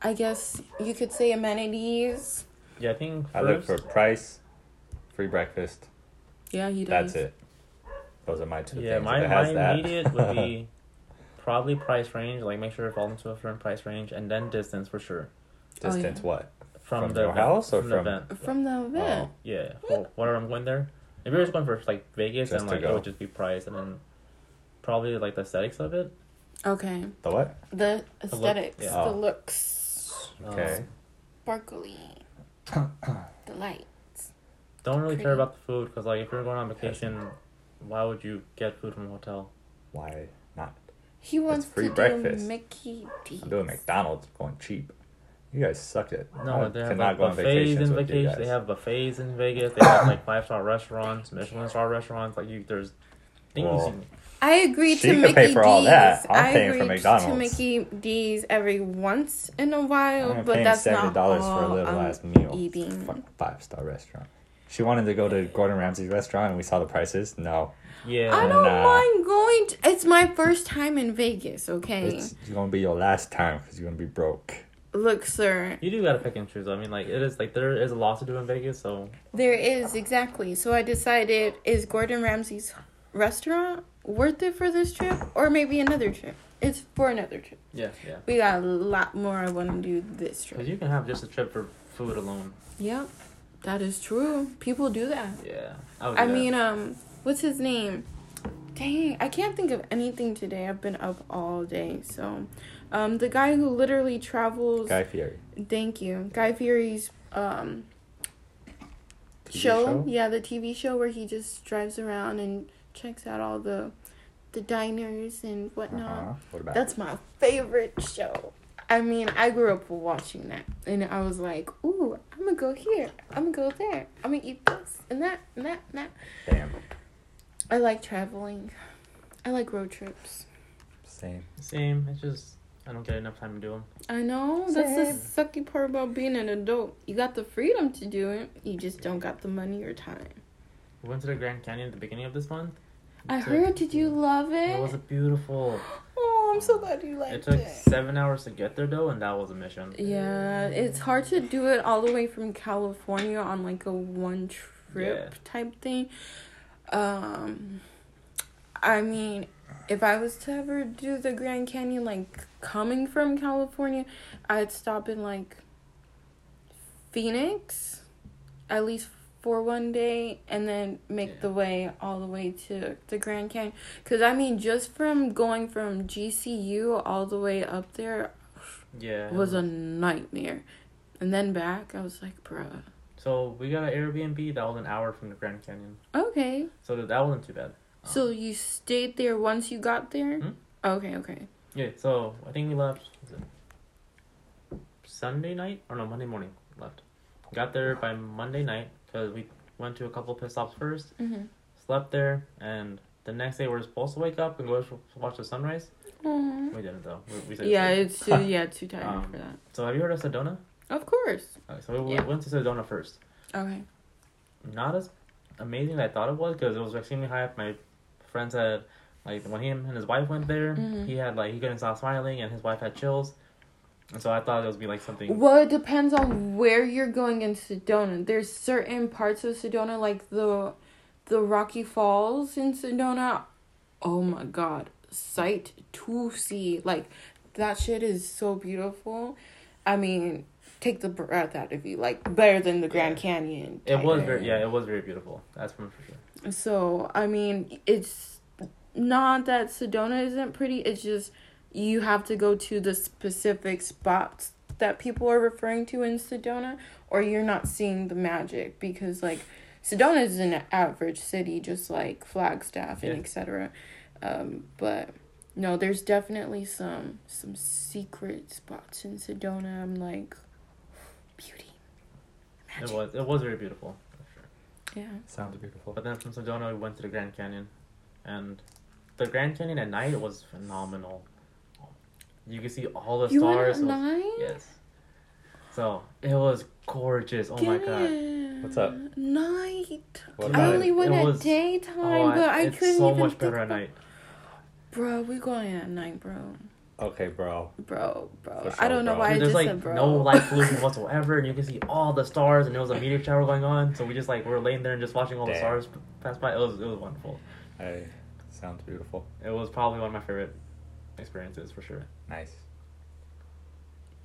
Speaker 3: i guess you could say amenities
Speaker 2: Yeah, I think first,
Speaker 1: I look for price, free breakfast.
Speaker 3: yeah he does
Speaker 1: That's it. Those are my two
Speaker 2: Yeah,
Speaker 1: things.
Speaker 2: my,
Speaker 1: If it
Speaker 2: my
Speaker 1: has that-
Speaker 2: immediate would be probably price range. Like make sure it falls into a certain price range, and then distance for sure
Speaker 3: Oh, yeah.
Speaker 1: distance what?
Speaker 2: from,
Speaker 1: From
Speaker 2: the
Speaker 1: your
Speaker 2: event-
Speaker 1: house or
Speaker 2: the
Speaker 1: from-
Speaker 2: event.
Speaker 3: from the event
Speaker 2: Yeah, for whatever I'm going there. If you're just going for like Vegas,
Speaker 1: Just
Speaker 2: then
Speaker 1: to
Speaker 2: like
Speaker 1: go.
Speaker 2: it would just be price, and then probably like the aesthetics of it.
Speaker 3: okay
Speaker 1: The what?
Speaker 3: the aesthetics the,
Speaker 2: yeah.
Speaker 1: Oh.
Speaker 3: looks
Speaker 2: Uh, Oh.
Speaker 1: Okay.
Speaker 3: sparkly the lights
Speaker 2: Don't really
Speaker 3: Pretty.
Speaker 2: care about the food because like if you're going on vacation, why would you get food from a hotel?
Speaker 1: Why not?
Speaker 3: he wants
Speaker 1: free
Speaker 3: to
Speaker 1: breakfast.
Speaker 3: do mickey D's.
Speaker 1: I'm doing McDonald's going cheap. You guys suck it.
Speaker 2: No,
Speaker 1: I
Speaker 2: they have
Speaker 1: cannot
Speaker 2: like,
Speaker 1: go on
Speaker 2: buffets
Speaker 1: vacations
Speaker 2: in
Speaker 1: with you
Speaker 2: Vegas.
Speaker 1: guys.
Speaker 2: They have buffets in Vegas. They have like five star restaurants, Michelin star restaurants. Like you, there's things.
Speaker 1: Well,
Speaker 2: you-
Speaker 3: I agree
Speaker 1: She
Speaker 3: to
Speaker 1: could
Speaker 3: Mickey
Speaker 1: pay for
Speaker 3: D's.
Speaker 1: all that. I'm
Speaker 3: I
Speaker 1: paying for
Speaker 3: agree to
Speaker 1: McDonald's.
Speaker 3: Mickey D's every once in a while,
Speaker 1: I'm
Speaker 3: but
Speaker 1: paying
Speaker 3: that's
Speaker 1: seventy
Speaker 3: not
Speaker 1: dollars
Speaker 3: all
Speaker 1: for a little
Speaker 3: I'm
Speaker 1: ass meal.
Speaker 3: eating.
Speaker 1: five star restaurant. She wanted to go to Gordon Ramsay's restaurant, and we saw the prices. No,
Speaker 2: yeah.
Speaker 3: I don't
Speaker 1: Nah.
Speaker 3: mind going. To, it's my first time in Vegas. Okay,
Speaker 1: it's gonna be your last time because you're gonna be broke.
Speaker 3: look, sir,
Speaker 2: You do gotta pick and choose. I mean, like it is like there is a lot to do in Vegas, so
Speaker 3: there is exactly. So I decided: is Gordon Ramsay's restaurant worth it for this trip, or maybe another trip? It's for another trip.
Speaker 2: yeah, yeah.
Speaker 3: We got a lot more I want to do this
Speaker 2: Because
Speaker 3: trip.
Speaker 2: you can have just a trip for food alone.
Speaker 3: Yep, that is true. People do that.
Speaker 2: Yeah, I, would
Speaker 3: I
Speaker 2: do that.
Speaker 3: mean, um, what's his name? Dang, I can't think of anything today. I've been up all day. So, um, the guy who literally travels.
Speaker 1: Guy Fieri.
Speaker 3: Thank you, Guy Fieri's um
Speaker 1: TV
Speaker 3: show. Yeah, the TV show where he just drives around and checks out all the the diners and whatnot.
Speaker 1: Uh-huh. What about?
Speaker 3: That's my favorite show. I mean, I grew up watching that, and I was like, "Ooh, I'm gonna go here. I'm gonna go there. I'm gonna eat this and that and that and that."
Speaker 1: Damn.
Speaker 3: I like traveling. I like road trips.
Speaker 1: Same.
Speaker 2: Same. It's just I don't get enough time to do them.
Speaker 3: I know. That's the sucky part about being an adult. You got the freedom to do it. You just don't got the money or time.
Speaker 2: We went to the Grand Canyon at the beginning of this month.
Speaker 3: I
Speaker 2: It took-
Speaker 3: heard. Did you love
Speaker 2: It
Speaker 3: it?
Speaker 2: was beautiful.
Speaker 3: Oh, I'm so glad you
Speaker 2: It
Speaker 3: liked
Speaker 2: took
Speaker 3: it.
Speaker 2: seven hours to get there though, and that was a mission.
Speaker 3: Yeah, it's hard to do it all the way from California on like a one trip type thing. Um, I mean, if I was to ever do the Grand Canyon, like coming from California, I'd stop in like Phoenix, at least for one day, and then make
Speaker 2: Yeah.
Speaker 3: the way all the way to the Grand Canyon. Cause I mean, just from going from GCU all the way up there,
Speaker 2: Yeah.
Speaker 3: was a nightmare. And then back, I was like, bruh,
Speaker 2: So we got an Airbnb that was an hour from the Grand Canyon,
Speaker 3: okay.
Speaker 2: so that that wasn't too bad.
Speaker 3: So you stayed there once you got there?
Speaker 2: Hmm?
Speaker 3: Okay, okay.
Speaker 2: Yeah, so I think we left was it Sunday night or no Monday morning. Left, got there by Monday night because we went to a couple pit stops first,
Speaker 3: Mm-hmm.
Speaker 2: slept there, and the next day we are supposed to wake up and go sh- watch the sunrise. We didn't though. We, we said
Speaker 3: Mm-hmm. Yeah, it's too, yeah, too tired
Speaker 2: Um,
Speaker 3: for that.
Speaker 2: So have you heard of Sedona?
Speaker 3: Of course.
Speaker 2: Okay, so we
Speaker 3: Yeah.
Speaker 2: went to Sedona first.
Speaker 3: Okay.
Speaker 2: Not as amazing as I thought it was because it was extremely high up. My friend said, like when him and his wife went there,
Speaker 3: Mhm.
Speaker 2: he had like he couldn't stop smiling and his wife had chills, and so I thought it was be like something.
Speaker 3: Well, it depends on where you're going in Sedona. There's certain parts of Sedona, like the the Rocky Falls in Sedona. Oh my God, sight to see! Like that shit is so beautiful. I mean, take the breath out of you. Like better than the Grand
Speaker 2: Yeah.
Speaker 3: Canyon.
Speaker 2: It
Speaker 3: type
Speaker 2: was
Speaker 3: of
Speaker 2: very yeah, it was very beautiful. That's for sure.
Speaker 3: so I mean, it's not that Sedona isn't pretty. It's just you have to go to the specific spots that people are referring to in Sedona, or you're not seeing the magic because like Sedona is an average city, just like Flagstaff and
Speaker 2: Yeah.
Speaker 3: etc. Um, but no, there's definitely some some secret spots in Sedona. I'm like beauty,
Speaker 2: It
Speaker 3: magic.
Speaker 2: was it was very beautiful.
Speaker 3: Yeah.
Speaker 1: Sounds beautiful.
Speaker 2: But then from Sedona we went to the Grand Canyon, and the Grand Canyon at night was phenomenal. You could see all the
Speaker 3: You went
Speaker 2: stars.
Speaker 3: at
Speaker 2: It was-
Speaker 3: night.
Speaker 2: Yes. So it was gorgeous. Oh my god.
Speaker 3: Damn.
Speaker 1: What's up?
Speaker 3: Night.
Speaker 1: What
Speaker 3: I
Speaker 1: about
Speaker 3: only
Speaker 1: it?
Speaker 3: went
Speaker 2: It
Speaker 3: at
Speaker 2: was-
Speaker 3: daytime,
Speaker 2: Oh, I-
Speaker 3: but I
Speaker 2: it's
Speaker 3: couldn't
Speaker 2: so
Speaker 3: even
Speaker 2: much
Speaker 3: think
Speaker 2: better at
Speaker 3: about-
Speaker 2: night.
Speaker 3: Bro, we going at night, bro.
Speaker 1: Okay, bro.
Speaker 3: Bro, bro.
Speaker 1: For
Speaker 3: I
Speaker 1: sure,
Speaker 3: don't know
Speaker 1: bro.
Speaker 3: why I
Speaker 2: Dude,
Speaker 3: just
Speaker 2: there's like
Speaker 3: said bro.
Speaker 2: no light pollution whatsoever, and you can see all the stars. And there was a meteor shower going on, so we just like were laying there and just watching all the
Speaker 1: Damn.
Speaker 2: stars p- pass by. It was it was wonderful.
Speaker 1: I sounds beautiful.
Speaker 2: It was probably one of my favorite experiences for sure.
Speaker 1: Nice.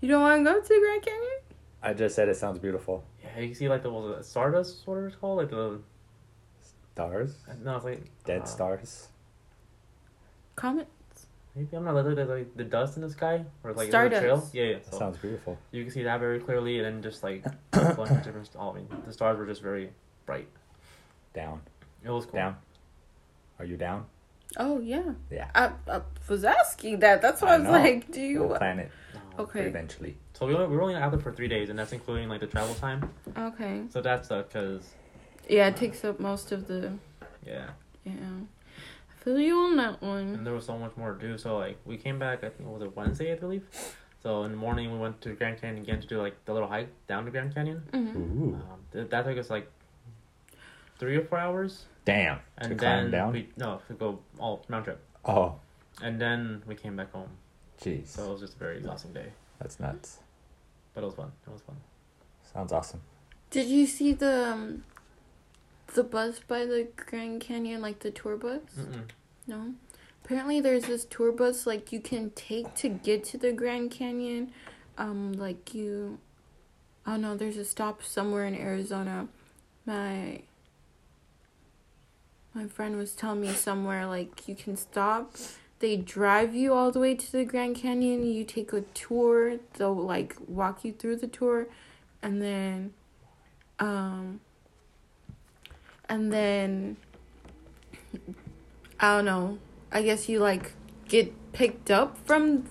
Speaker 3: you don't want to go to Grand Canyon?
Speaker 1: I just said it sounds beautiful.
Speaker 2: Yeah, you can see like the was it stardust, what it's called, like the
Speaker 1: Stars,
Speaker 2: no, it's like
Speaker 1: dead
Speaker 2: uh,
Speaker 1: stars.
Speaker 3: Comment.
Speaker 2: Maybe I'm not literally there's like the dust in the sky or like the trail.
Speaker 3: Stardust.
Speaker 2: Yeah, yeah.
Speaker 1: That
Speaker 2: So
Speaker 1: sounds beautiful.
Speaker 2: you can see that very clearly, and then just like a bunch of different. Oh, I mean, the stars were just very bright.
Speaker 1: Down,
Speaker 2: It was cool. Um,
Speaker 1: down. Are you down?
Speaker 3: Oh yeah.
Speaker 1: Yeah.
Speaker 3: I, I was asking that. That's why I,
Speaker 1: I
Speaker 3: was
Speaker 1: know.
Speaker 3: like, do you?
Speaker 1: We'll plan it
Speaker 2: No.
Speaker 3: okay.
Speaker 1: eventually.
Speaker 2: So we only, we were only out there for three days, and that's including like the travel time.
Speaker 3: Okay.
Speaker 2: So that sucked because
Speaker 3: Yeah, it takes up most of the.
Speaker 2: yeah,
Speaker 3: Yeah. I feel you on that one.
Speaker 2: and there was so much more to do. So like we came back, I think it was it Wednesday, I believe. So in the morning we went to Grand Canyon again to do like the little hike down to Grand Canyon.
Speaker 3: hmm
Speaker 1: Ooh,
Speaker 2: Um, th- that took us like three or four hours,
Speaker 1: damn.
Speaker 2: and
Speaker 1: to
Speaker 2: then
Speaker 1: climb down.
Speaker 2: we no to go all round trip,
Speaker 1: Oh,
Speaker 2: and then we came back home.
Speaker 1: jeez,
Speaker 2: So it was just a very exhausting day,
Speaker 1: that's nuts.
Speaker 2: but it was fun. It was fun.
Speaker 1: Sounds awesome.
Speaker 3: Did you see the um, the bus by the Grand Canyon, like the tour bus?
Speaker 2: Mm-mm.
Speaker 3: No. Apparently, there's this tour bus like you can take to get to the Grand Canyon. Um, like you, oh no, there's a stop somewhere in Arizona. My my friend was telling me somewhere like you can stop. They drive you all the way to the Grand Canyon. You take a tour. They'll like walk you through the tour, and then, um, and then I don't know. I guess you like get picked up from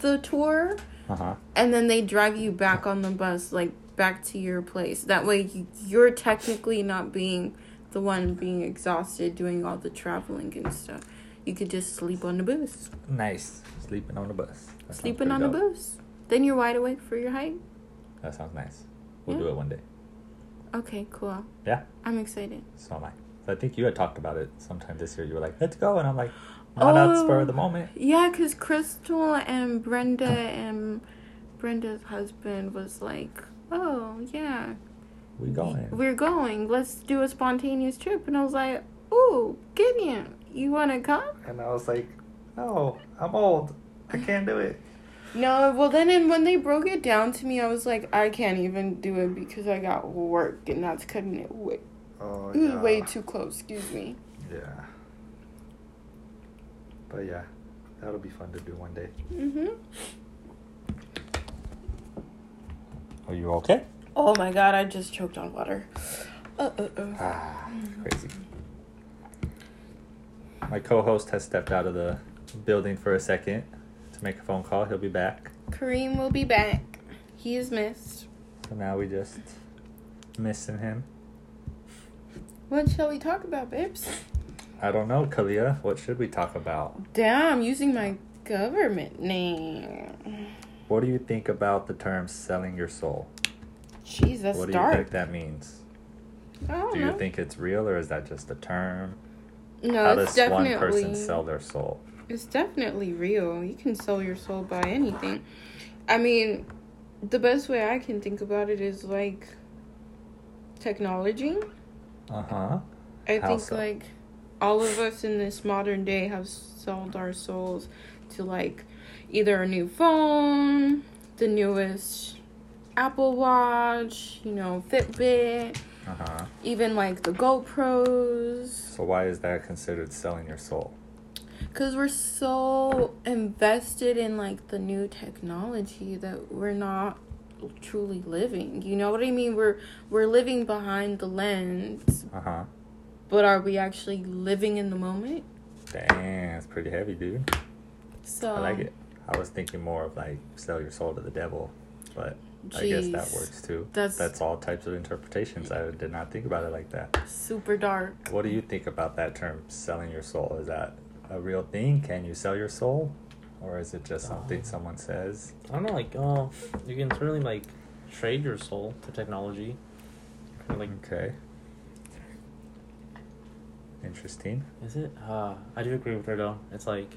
Speaker 3: the tour
Speaker 1: Uh huh.
Speaker 3: and then they drive you back on the bus like back to your place. That way you- you're technically not being the one being exhausted doing all the traveling and stuff. you could just sleep on the bus.
Speaker 1: Nice. Sleeping on the bus. That sounds
Speaker 3: Sleeping
Speaker 1: pretty
Speaker 3: on the
Speaker 1: dope.
Speaker 3: bus. Then you're wide awake for your hike.
Speaker 1: That sounds nice. We'll
Speaker 3: Yeah.
Speaker 1: do it one day.
Speaker 3: Okay, cool.
Speaker 1: Yeah.
Speaker 3: I'm excited.
Speaker 1: So am I. So I think you had talked about it sometime this year. You were like, let's go. And I'm like, not out spur of the
Speaker 3: Oh.
Speaker 1: moment.
Speaker 3: Yeah, because Crystal and Brenda and Brenda's husband was like, oh, yeah,
Speaker 1: We going.
Speaker 3: we're going. Let's do a spontaneous trip. And I was like, ooh, Gideon, you want to come?
Speaker 1: And I was like, no, I'm old. Oh, I can't do it.
Speaker 3: No, well, then and when they broke it down to me, I was like, I can't even do it because I got work and that's cutting it way,
Speaker 1: Oh,
Speaker 3: Mm, way too close. Excuse me.
Speaker 1: Yeah. But yeah, that'll be fun to do one day.
Speaker 3: hmm
Speaker 1: Are you okay?
Speaker 3: Oh my god, I just choked on water. Uh uh uh.
Speaker 1: Ah, crazy. My co-host has stepped out of the building for a second to make a phone call. He'll be back.
Speaker 3: Kareem will be back. He is missed.
Speaker 1: So now we just missing him.
Speaker 3: What shall we talk about, babes?
Speaker 1: I don't know, Kalia. What should we talk about?
Speaker 3: Damn, using my government name.
Speaker 1: What do you think about the term "selling your soul"?
Speaker 3: Jeez, that's
Speaker 1: what do you think
Speaker 3: dark.
Speaker 1: that means?
Speaker 3: I don't
Speaker 1: Do
Speaker 3: know.
Speaker 1: you think it's real, or is that just a term? How
Speaker 3: no,
Speaker 1: does
Speaker 3: it's
Speaker 1: one person sell
Speaker 3: definitely
Speaker 1: their soul?
Speaker 3: it's definitely real. You can sell your soul by anything. I mean, the best way I can think about it is like technology.
Speaker 1: Uh huh.
Speaker 3: I
Speaker 1: How
Speaker 3: think
Speaker 1: so?
Speaker 3: like all of us in this modern day have sold our souls to like either a new phone, the newest Apple Watch, you know, Fitbit,
Speaker 1: Uh huh.
Speaker 3: even like the GoPros.
Speaker 1: So why is that considered selling your soul?
Speaker 3: Because we're so invested in like the new technology that we're not truly living. You know what I mean? We're we're living behind the lens,
Speaker 1: Uh huh.
Speaker 3: but are we actually living in the moment?
Speaker 1: Damn, it's pretty heavy, dude.
Speaker 3: So
Speaker 1: I
Speaker 2: Um,
Speaker 1: like it. I was thinking more of like sell your soul to the devil, but I guess that
Speaker 3: Jeez.
Speaker 1: works too.
Speaker 3: That's-
Speaker 1: that's all types of interpretations. I did not think about it like that.
Speaker 3: Super dark.
Speaker 1: What do you think about that term, selling your soul? Is that a real thing? Can you sell your soul, or is it just something
Speaker 2: Um,
Speaker 1: someone says?
Speaker 2: I don't know, like, oh, you can certainly like trade your soul to technology. Kind of like,
Speaker 1: Okay. Interesting.
Speaker 2: is it? Uh, I do agree with her though. It's like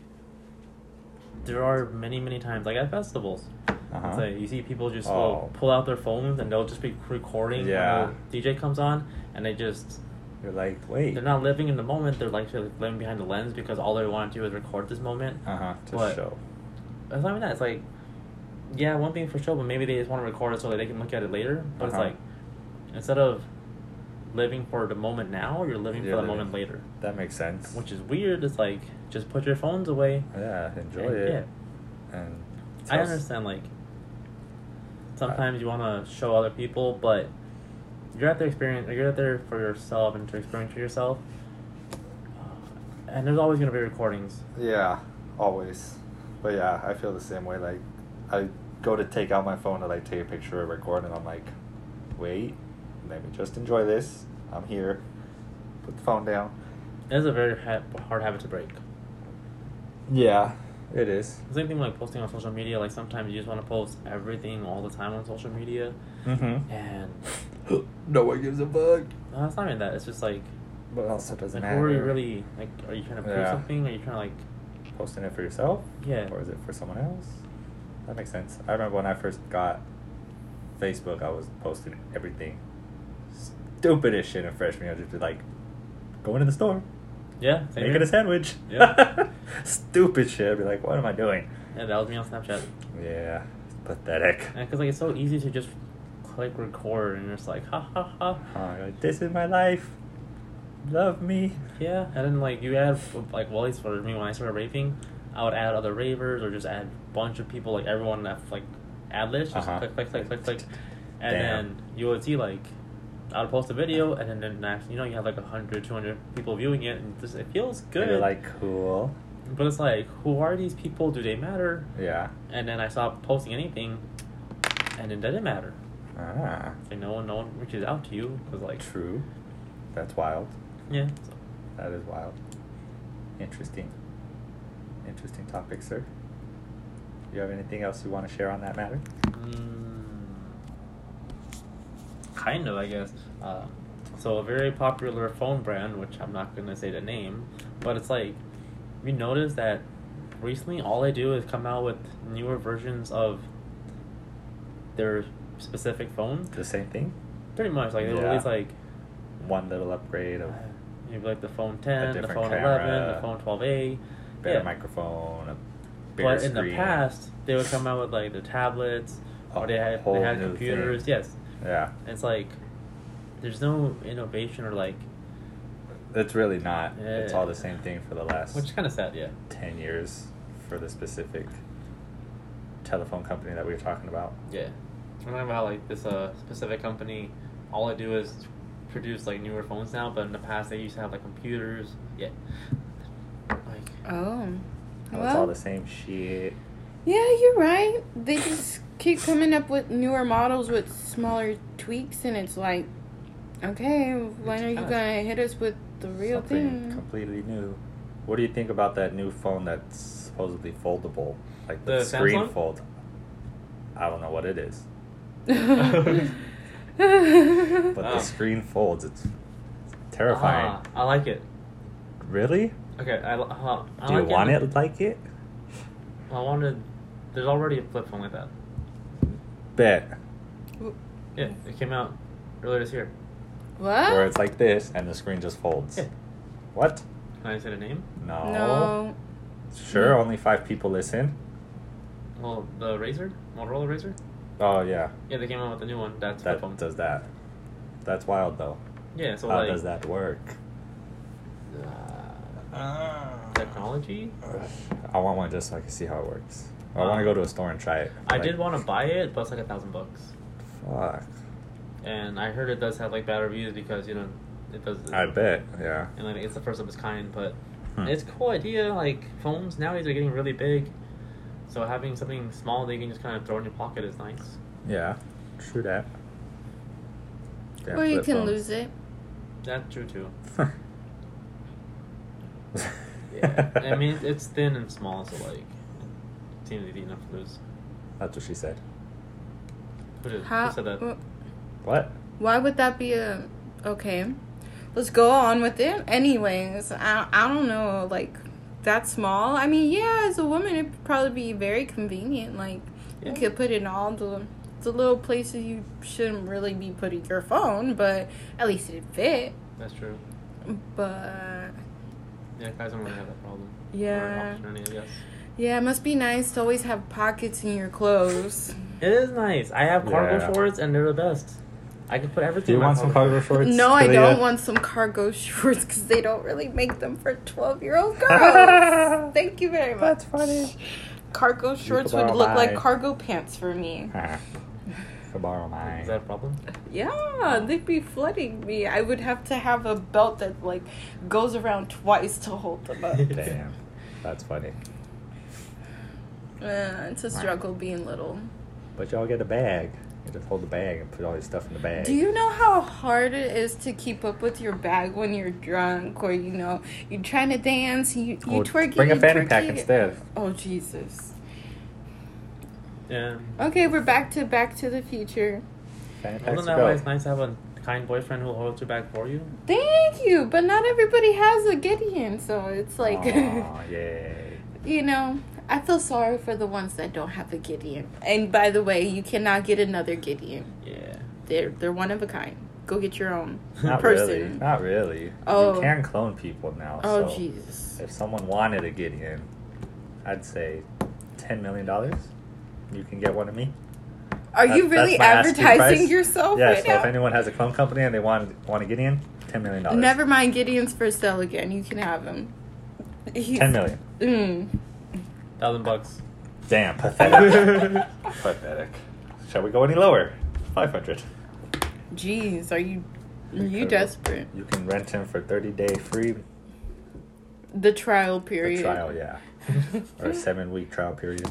Speaker 2: there are many, many times, like at festivals,
Speaker 1: Uh huh.
Speaker 2: it's like you see people just
Speaker 1: Oh.
Speaker 2: will pull out their phones and they'll just be recording. when
Speaker 1: Yeah.
Speaker 2: the DJ comes on, and they just
Speaker 1: You're like, wait.
Speaker 2: they're not living in the moment. They're like they're living behind the lens because all they want to do is record this moment.
Speaker 1: Uh huh. To
Speaker 2: What?
Speaker 1: show.
Speaker 2: It's not even that. It's like, yeah, one thing for sure, but maybe they just want to record it so that they can look at it later. But
Speaker 1: Uh-huh.
Speaker 2: it's like, instead of living for the moment now, you're living
Speaker 1: You're
Speaker 2: for the
Speaker 1: living-
Speaker 2: moment later,
Speaker 1: That makes sense.
Speaker 2: which is weird. It's like just put your phones away.
Speaker 1: yeah, enjoy
Speaker 2: and-
Speaker 1: it.
Speaker 2: Yeah,
Speaker 1: And
Speaker 2: I
Speaker 1: tell- Uh,
Speaker 2: understand. Like, sometimes you want to show other people, but you're out there experience. You're out there for yourself and to experience for yourself. And there's always gonna be recordings.
Speaker 1: Yeah, always. But yeah, I feel the same way. Like, I go to take out my phone to like take a picture or record, and I'm like, wait, let me just enjoy this. I'm here. Put the phone down.
Speaker 2: It is a very ha- hard habit to break.
Speaker 1: Yeah, it is.
Speaker 2: Same thing like posting on social media. Like sometimes you just want to post everything all the time on social media,
Speaker 1: Mm-hmm.
Speaker 2: and
Speaker 1: no one gives a fuck.
Speaker 2: no, it's not even that. It's just like,
Speaker 1: But also doesn't
Speaker 2: like
Speaker 1: matter.
Speaker 2: who are you really like? Are you trying to prove
Speaker 1: Yeah.
Speaker 2: something? Are you trying to like?
Speaker 1: posting it for yourself?
Speaker 2: Yeah.
Speaker 1: Or is it for someone else? That makes sense. I remember when I first got Facebook, I was posting everything. Stupidest shit in freshman year. I'd just be like, going to the store,
Speaker 2: Yeah. same
Speaker 1: making
Speaker 2: here.
Speaker 1: a sandwich.
Speaker 2: Yeah.
Speaker 1: Stupid shit. I'd be like, what am I doing?
Speaker 2: Yeah, that was me on Snapchat.
Speaker 1: Yeah. Pathetic.
Speaker 2: Because like it's so easy to just click record and it's like ha ha ha.
Speaker 1: Uh, like, this is my life. Love me.
Speaker 2: Yeah, and then like you add like well, at least for me when I started raping, I would add other ravers or just add a bunch of people like everyone that like ad list just
Speaker 1: Uh-huh.
Speaker 2: click click click click click, and
Speaker 1: Damn.
Speaker 2: then you would see like I would post a video and then the next you know you have like 100, 200 people viewing it and just it feels
Speaker 1: And
Speaker 2: good.
Speaker 1: You're like, cool.
Speaker 2: but it's like who are these people? Do they matter?
Speaker 1: Yeah.
Speaker 2: And then I stopped posting anything, and it didn't matter.
Speaker 1: Ah.
Speaker 2: Like no one, no one reaches out to you because like
Speaker 1: True. That's wild.
Speaker 2: yeah. So.
Speaker 1: That is wild. Interesting. Interesting topic, sir. You have anything else you want to share on that matter?
Speaker 2: Mm, kind of, I guess. Uh, so a very popular phone brand, which I'm not gonna say the name, but it's like we noticed that recently all they do is come out with newer versions of their specific phone.
Speaker 1: The same thing?
Speaker 2: Pretty much, like they
Speaker 1: Yeah.
Speaker 2: always like
Speaker 1: One little upgrade of
Speaker 2: maybe like the phone ten, the
Speaker 1: different
Speaker 2: phone eleven,
Speaker 1: camera.
Speaker 2: the phone twelve A.
Speaker 1: better
Speaker 2: yeah.
Speaker 1: microphone, a bigger
Speaker 2: But in
Speaker 1: screen.
Speaker 2: the past, they would come out with like the tablets, or
Speaker 1: A
Speaker 2: they had
Speaker 1: whole
Speaker 2: they had
Speaker 1: new
Speaker 2: computers.
Speaker 1: thing.
Speaker 2: Yes,
Speaker 1: Yeah.
Speaker 2: it's like there's no innovation or like,
Speaker 1: It's really not. It's all the
Speaker 2: Yeah.
Speaker 1: same thing for the last
Speaker 2: which is kind of sad. Yeah.
Speaker 1: 10 years for the specific telephone company that we were talking about.
Speaker 2: Yeah. I remember how like this uh specific company, all they do is produce like newer phones now, but in the past they used to have like computers. Yeah. Like
Speaker 3: Oh.
Speaker 1: Now it's all the same shit.
Speaker 3: Yeah, you're right. They just keep coming up with newer models with smaller tweaks, and it's like, okay, when are you
Speaker 2: Yes.
Speaker 3: gonna hit us with the real
Speaker 1: Something
Speaker 3: thing?
Speaker 1: completely new. What do you think about that new phone that's supposedly foldable? Like the,
Speaker 2: The
Speaker 1: screen
Speaker 2: Samsung?
Speaker 1: fold. I don't know what it is. But
Speaker 2: Ah.
Speaker 1: the screen folds. It's terrifying.
Speaker 2: Ah, I like it.
Speaker 1: Really?
Speaker 2: Okay, I, li- huh, I
Speaker 1: Do you
Speaker 2: like
Speaker 1: want it like it?
Speaker 2: I wanted. There's already a flip phone like that.
Speaker 1: Bet.
Speaker 2: Yeah, it came out earlier this year.
Speaker 3: what?
Speaker 1: Where it's like this and the screen just folds.
Speaker 2: Yeah.
Speaker 1: What?
Speaker 2: Can I say the name?
Speaker 1: No.
Speaker 3: no. Mm.
Speaker 1: Sure, only five people listen.
Speaker 2: Well, the Razor, Motorola Razor.
Speaker 1: Oh yeah,
Speaker 2: Yeah, they came out with a new one. That's flip phone.
Speaker 1: that does that. That's wild though.
Speaker 2: Yeah, so
Speaker 1: How
Speaker 2: like
Speaker 1: does that work?
Speaker 2: uh, technology.
Speaker 1: I want one just so I can see how it works. I want to
Speaker 2: Um,
Speaker 1: go to a store and try it.
Speaker 2: I
Speaker 1: Like,
Speaker 2: did want to buy it, but it's like a thousand bucks.
Speaker 1: Fuck.
Speaker 2: and I heard it does have like bad reviews because you know it does.
Speaker 1: I bet. Yeah.
Speaker 2: And like, it's the first of its kind, but
Speaker 1: Hmm.
Speaker 2: it's a cool idea. Like phones nowadays are getting really big, so having something small that you can just kind of throw in your pocket is nice.
Speaker 1: Yeah. True that. Damn
Speaker 3: or you
Speaker 1: flip
Speaker 3: can
Speaker 1: phone.
Speaker 3: lose it.
Speaker 2: That's true too. I mean it's thin and small, so like it seems easy enough to lose.
Speaker 1: That's what she said.
Speaker 2: Who, did,
Speaker 3: How?
Speaker 2: who said that?
Speaker 1: What?
Speaker 3: Why would that be a? Okay, let's go on with it. Anyways, I I don't know. Like that small. I mean, yeah, as a woman, it'd probably be very convenient. Like
Speaker 2: Yeah.
Speaker 3: you could put it in all the the little places you shouldn't really be putting your phone, but at least it fit.
Speaker 2: That's true.
Speaker 3: But
Speaker 2: Yeah, guys don't really have that problem. Or
Speaker 3: yeah,
Speaker 2: opportunity, I guess.
Speaker 3: yeah, it must be nice to always have pockets in your clothes.
Speaker 2: It is nice. I have cargo
Speaker 1: Yeah.
Speaker 2: shorts and they're the best. I can put everything.
Speaker 1: Do you
Speaker 2: in my
Speaker 1: want some cargo shorts?
Speaker 3: No, I
Speaker 1: Kalia?
Speaker 3: don't want some cargo shorts because they don't really make them for 12 year old girls. Thank you very much.
Speaker 1: That's funny.
Speaker 3: Cargo shorts would
Speaker 1: borrow
Speaker 3: look like
Speaker 1: mine.
Speaker 3: cargo pants for me.
Speaker 1: Could Ah. borrow mine.
Speaker 2: Is that a problem?
Speaker 3: Yeah, they'd be flooding me. I would have to have a belt that like goes around twice to hold them up.
Speaker 1: Damn. That's funny.
Speaker 3: Uh, it's a struggle being little.
Speaker 1: But y'all get a bag. You just hold the bag and put all your stuff in the bag.
Speaker 3: Do you know how hard it is to keep up with your bag when you're drunk or you know you're trying to dance, you you
Speaker 1: Or
Speaker 3: twerk
Speaker 1: Oh, Bring
Speaker 3: it,
Speaker 1: a
Speaker 3: you
Speaker 1: fanny
Speaker 3: twerk
Speaker 1: pack
Speaker 3: it.
Speaker 1: instead.
Speaker 3: Oh Jesus.
Speaker 2: Yeah.
Speaker 3: Okay, we're back to Back to the Future.
Speaker 1: Fanny packs
Speaker 2: Wasn't
Speaker 1: to
Speaker 2: that why it's
Speaker 1: go.
Speaker 2: nice to have a kind boyfriend who holds your back for you?
Speaker 3: Thank you, but not everybody has a Gideon, so it's like,
Speaker 1: Aw, yay.
Speaker 3: you know, I feel sorry for the ones that don't have a Gideon. And by the way, you cannot get another Gideon.
Speaker 2: Yeah.
Speaker 3: They're they're one of a kind. Go get your own.
Speaker 1: Not
Speaker 3: Person.
Speaker 1: really. Not really.
Speaker 3: Oh.
Speaker 1: You can clone people now.
Speaker 3: Oh
Speaker 1: so
Speaker 3: Jesus.
Speaker 1: If someone wanted to get in, I'd say $10 million. You can get one of me.
Speaker 3: Are you
Speaker 1: That-
Speaker 3: really
Speaker 1: that's my asking
Speaker 3: advertising
Speaker 1: price.
Speaker 3: yourself
Speaker 1: yeah,
Speaker 3: Oh, right
Speaker 1: so if
Speaker 3: now?
Speaker 1: anyone has a clone company and they want want to get in, $10 million.
Speaker 3: Never mind Gideon's for sale again. You can have him. He's,
Speaker 1: $10 million.
Speaker 3: Mm.
Speaker 2: Thousand bucks.
Speaker 1: Damn, pathetic. pathetic. Shall we go any lower? 500
Speaker 3: Jeez, are you are you
Speaker 1: Incredible.
Speaker 3: desperate?
Speaker 1: You can rent him for 30 day free
Speaker 3: The trial period.
Speaker 1: a trial, yeah. or a seven week trial period.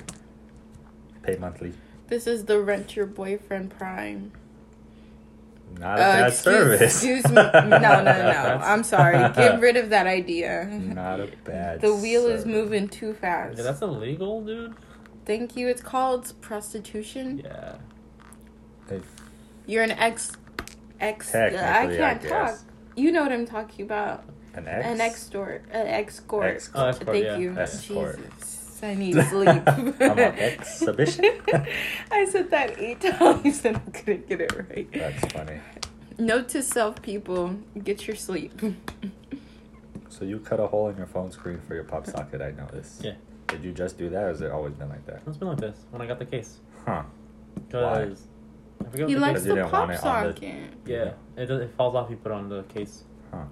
Speaker 1: Pay monthly.
Speaker 3: This is the rent your boyfriend prime.
Speaker 1: Not a bad
Speaker 3: excuse,
Speaker 1: service.
Speaker 3: excuse me. No, no, no.
Speaker 2: That's-
Speaker 3: I'm sorry. Get rid of that idea.
Speaker 1: Not a bad.
Speaker 3: The wheel is
Speaker 1: service.
Speaker 3: moving too fast.
Speaker 2: Yeah, that's illegal, dude.
Speaker 3: Thank you. It's called prostitution.
Speaker 2: Yeah.
Speaker 1: They've-
Speaker 3: You're an ex. Ex. I
Speaker 1: Technically, I
Speaker 3: can't talk.
Speaker 1: guess.
Speaker 3: You know what I'm talking about.
Speaker 1: An X.
Speaker 3: An escort. An escort.
Speaker 1: Ex- uh,
Speaker 2: Oh, that's part,
Speaker 3: Thank
Speaker 2: yeah.
Speaker 3: you.
Speaker 1: Escort.
Speaker 3: Jesus. I need sleep.
Speaker 1: I'm on exhibition.
Speaker 3: I said that eight times and I couldn't get it right.
Speaker 1: That's funny.
Speaker 3: Note to self, people get your sleep.
Speaker 1: So you cut a hole in your phone screen for your pop socket. I noticed.
Speaker 2: Yeah.
Speaker 1: Did you just do that, or has it always been like that?
Speaker 2: It's been like this when I got the case.
Speaker 1: Huh. Why?
Speaker 2: Because I forget
Speaker 3: he
Speaker 2: what
Speaker 3: likes
Speaker 1: Because you
Speaker 3: the
Speaker 1: didn't
Speaker 3: pop
Speaker 1: want it on the-
Speaker 3: socket.
Speaker 2: Yeah, it, does, it falls off. You put it on the case.
Speaker 1: Huh.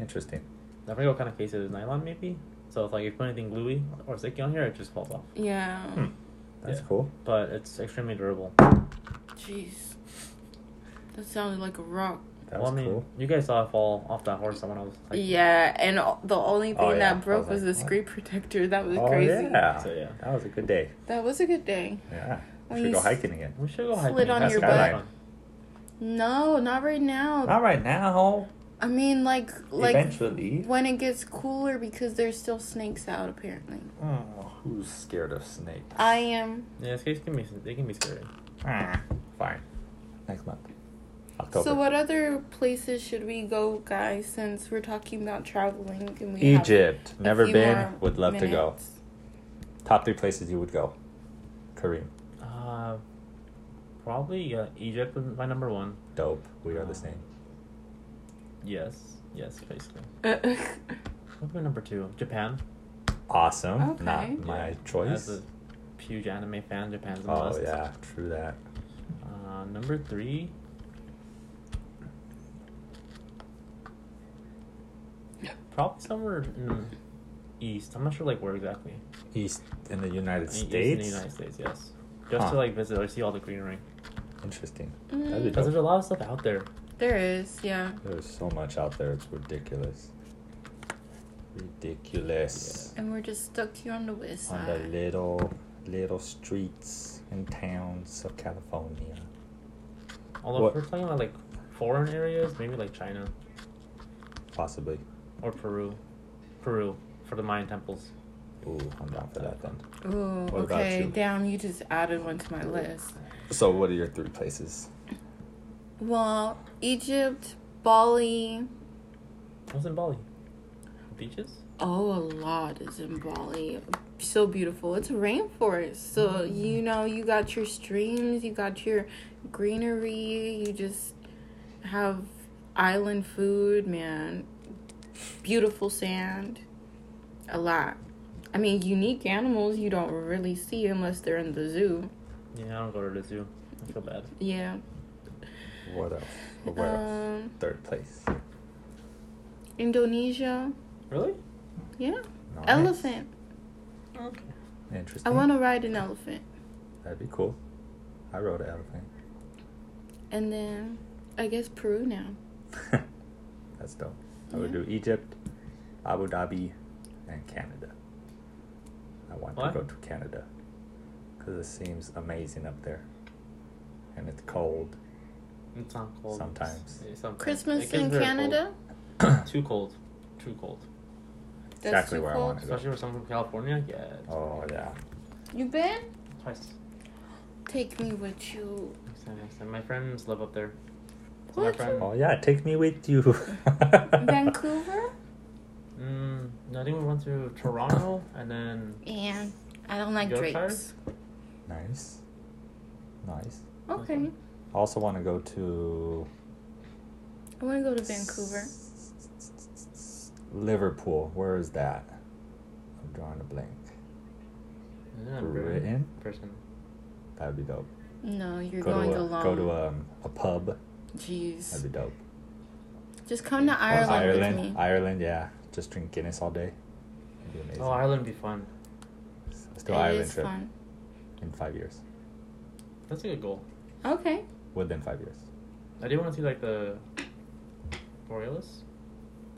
Speaker 1: Interesting.
Speaker 2: I forget what kind of case it is. Nylon, maybe. So it's like if you put anything gluey or sticky on here, it just falls off.
Speaker 3: Yeah.
Speaker 1: Hmm. That's
Speaker 2: Yeah.
Speaker 1: cool.
Speaker 2: But it's extremely durable.
Speaker 3: Jeez. That sounded like a rock.
Speaker 1: That was
Speaker 2: well, I mean,
Speaker 1: cool.
Speaker 2: you guys saw it fall off that horse when I was like,
Speaker 3: yeah, and o- the only thing
Speaker 1: Oh, yeah.
Speaker 3: that broke
Speaker 1: I was
Speaker 3: was,
Speaker 1: like,
Speaker 3: the
Speaker 1: what?
Speaker 3: screen protector. That was
Speaker 1: oh
Speaker 3: crazy.
Speaker 1: yeah.
Speaker 2: So, yeah.
Speaker 1: That was a good day.
Speaker 3: That was a good day.
Speaker 1: Yeah.
Speaker 3: When
Speaker 1: We should
Speaker 3: you
Speaker 1: go
Speaker 3: s-
Speaker 1: hiking again.
Speaker 2: We should go
Speaker 3: Slid
Speaker 2: hiking.
Speaker 3: on
Speaker 2: That's
Speaker 1: your
Speaker 2: kinda
Speaker 1: butt.
Speaker 2: fun.
Speaker 3: No, not right now.
Speaker 1: Not right now.
Speaker 3: I mean, like, like
Speaker 1: Eventually.
Speaker 3: when it gets cooler because there's still snakes out. Apparently,
Speaker 1: Oh, who's scared of snakes?
Speaker 3: I am.
Speaker 2: Yeah, this case can be they can be scary.
Speaker 1: Ah, Fine. Next month. October.
Speaker 3: So, what other places should we go, guys? Since we're talking about traveling, and we have
Speaker 1: Egypt.
Speaker 3: a
Speaker 1: Never
Speaker 3: few
Speaker 1: been.
Speaker 3: more
Speaker 1: Would love to go.
Speaker 3: minutes.
Speaker 1: Top three places you would go. Kareem.
Speaker 2: Uh, probably uh, Egypt was my number one.
Speaker 1: Dope. We are the same.
Speaker 2: Yes, yes, basically. What's my number two? Japan.
Speaker 1: Awesome.
Speaker 3: Okay.
Speaker 1: Not my
Speaker 2: Yeah,
Speaker 1: choice.
Speaker 2: As a huge anime fan, Japan's the
Speaker 1: Oh
Speaker 2: best.
Speaker 1: yeah, true that.
Speaker 2: Uh, number three. Probably somewhere in east. I'm not sure like where exactly.
Speaker 1: East in the
Speaker 2: Uh,
Speaker 1: United
Speaker 2: east in
Speaker 1: States.
Speaker 2: the United States, yes. Just
Speaker 1: Huh.
Speaker 2: to like visit or see all the greenery.
Speaker 1: Interesting.
Speaker 3: Mm.
Speaker 1: That'd be
Speaker 2: Because there's
Speaker 1: dope.
Speaker 2: a lot of stuff out there.
Speaker 3: there is, yeah.
Speaker 1: There's so much out there. It's ridiculous. Ridiculous.
Speaker 3: And we're just stuck here on the west
Speaker 1: On the
Speaker 3: side.
Speaker 1: little little streets and towns of California.
Speaker 2: Although
Speaker 1: What-
Speaker 2: if we're talking about like foreign areas, maybe like China
Speaker 1: Possibly.
Speaker 2: or Peru. Peru for the Mayan temples.
Speaker 1: Ooh, I'm down for that then.
Speaker 3: Ooh,
Speaker 1: What about
Speaker 3: okay.
Speaker 1: you?
Speaker 3: Damn, you just added one to my list.
Speaker 1: So what are your three places?
Speaker 3: Well, Egypt, Bali.
Speaker 2: What's in Bali? Beaches?
Speaker 3: Oh, a lot is in Bali. So beautiful. It's a rainforest. So, you know, you got your streams, you got your greenery, you just have island food, man. Beautiful sand. A lot. I mean, unique animals you don't really see unless they're in the zoo.
Speaker 2: Yeah, I don't go to the zoo. I feel bad.
Speaker 3: Yeah.
Speaker 1: What else? Or where else?
Speaker 3: Um,
Speaker 1: Third place.
Speaker 3: Indonesia.
Speaker 2: Really?
Speaker 3: Yeah.
Speaker 1: Nice.
Speaker 3: Elephant.
Speaker 2: Okay.
Speaker 1: Interesting.
Speaker 3: I want to ride an elephant.
Speaker 1: That'd be cool. I rode an elephant.
Speaker 3: And then I guess Peru now.
Speaker 1: That's dope. I would
Speaker 3: Yeah.
Speaker 1: do Egypt, Abu Dhabi, and Canada. I want
Speaker 2: Why?
Speaker 1: to go to Canada because it seems amazing up there, and it's cold.
Speaker 2: It's not cold.
Speaker 1: Sometimes.
Speaker 2: Yeah, sometimes. It
Speaker 3: Christmas
Speaker 2: gets
Speaker 3: in
Speaker 2: very
Speaker 3: Canada?
Speaker 2: cold. Too cold. Too cold.
Speaker 1: exactly
Speaker 3: too
Speaker 1: where I
Speaker 3: cold.
Speaker 1: want to
Speaker 2: Especially
Speaker 1: go.
Speaker 2: for someone from California. Yeah. it's
Speaker 1: Oh yeah,
Speaker 3: You been?
Speaker 2: Twice.
Speaker 3: Take me with you.
Speaker 2: Next time, next time. My friends live up there. So my
Speaker 3: What?
Speaker 2: friend.
Speaker 1: oh yeah. Take me with you.
Speaker 3: Vancouver?
Speaker 2: Mm, no, I think we went to Toronto and then.
Speaker 3: Yeah. I don't like
Speaker 2: Yorkshire?
Speaker 3: Drake's.
Speaker 1: Nice, nice.
Speaker 3: Okay.
Speaker 1: I also want to go to
Speaker 3: I want to go to Vancouver.
Speaker 1: Liverpool. Where is that? I'm drawing a blank.
Speaker 2: Yeah,
Speaker 1: Britain?
Speaker 2: Britain.
Speaker 1: That would be dope.
Speaker 3: No, you're
Speaker 1: go
Speaker 3: going
Speaker 1: to a,
Speaker 3: alone.
Speaker 1: go to um, a pub.
Speaker 3: Jeez.
Speaker 1: That'd be dope.
Speaker 3: Just come to
Speaker 1: Or
Speaker 3: Ireland,
Speaker 1: Ireland,
Speaker 3: with me.
Speaker 1: Ireland, yeah. Just drink Guinness all day. It'd be amazing.
Speaker 2: Oh, Ireland would be fun.
Speaker 1: Let's do
Speaker 3: It
Speaker 1: an Ireland
Speaker 3: is
Speaker 1: trip
Speaker 3: fun.
Speaker 1: in five years.
Speaker 2: That's a good goal.
Speaker 3: Okay.
Speaker 1: Within five years.
Speaker 2: I do want to see like the Borealis,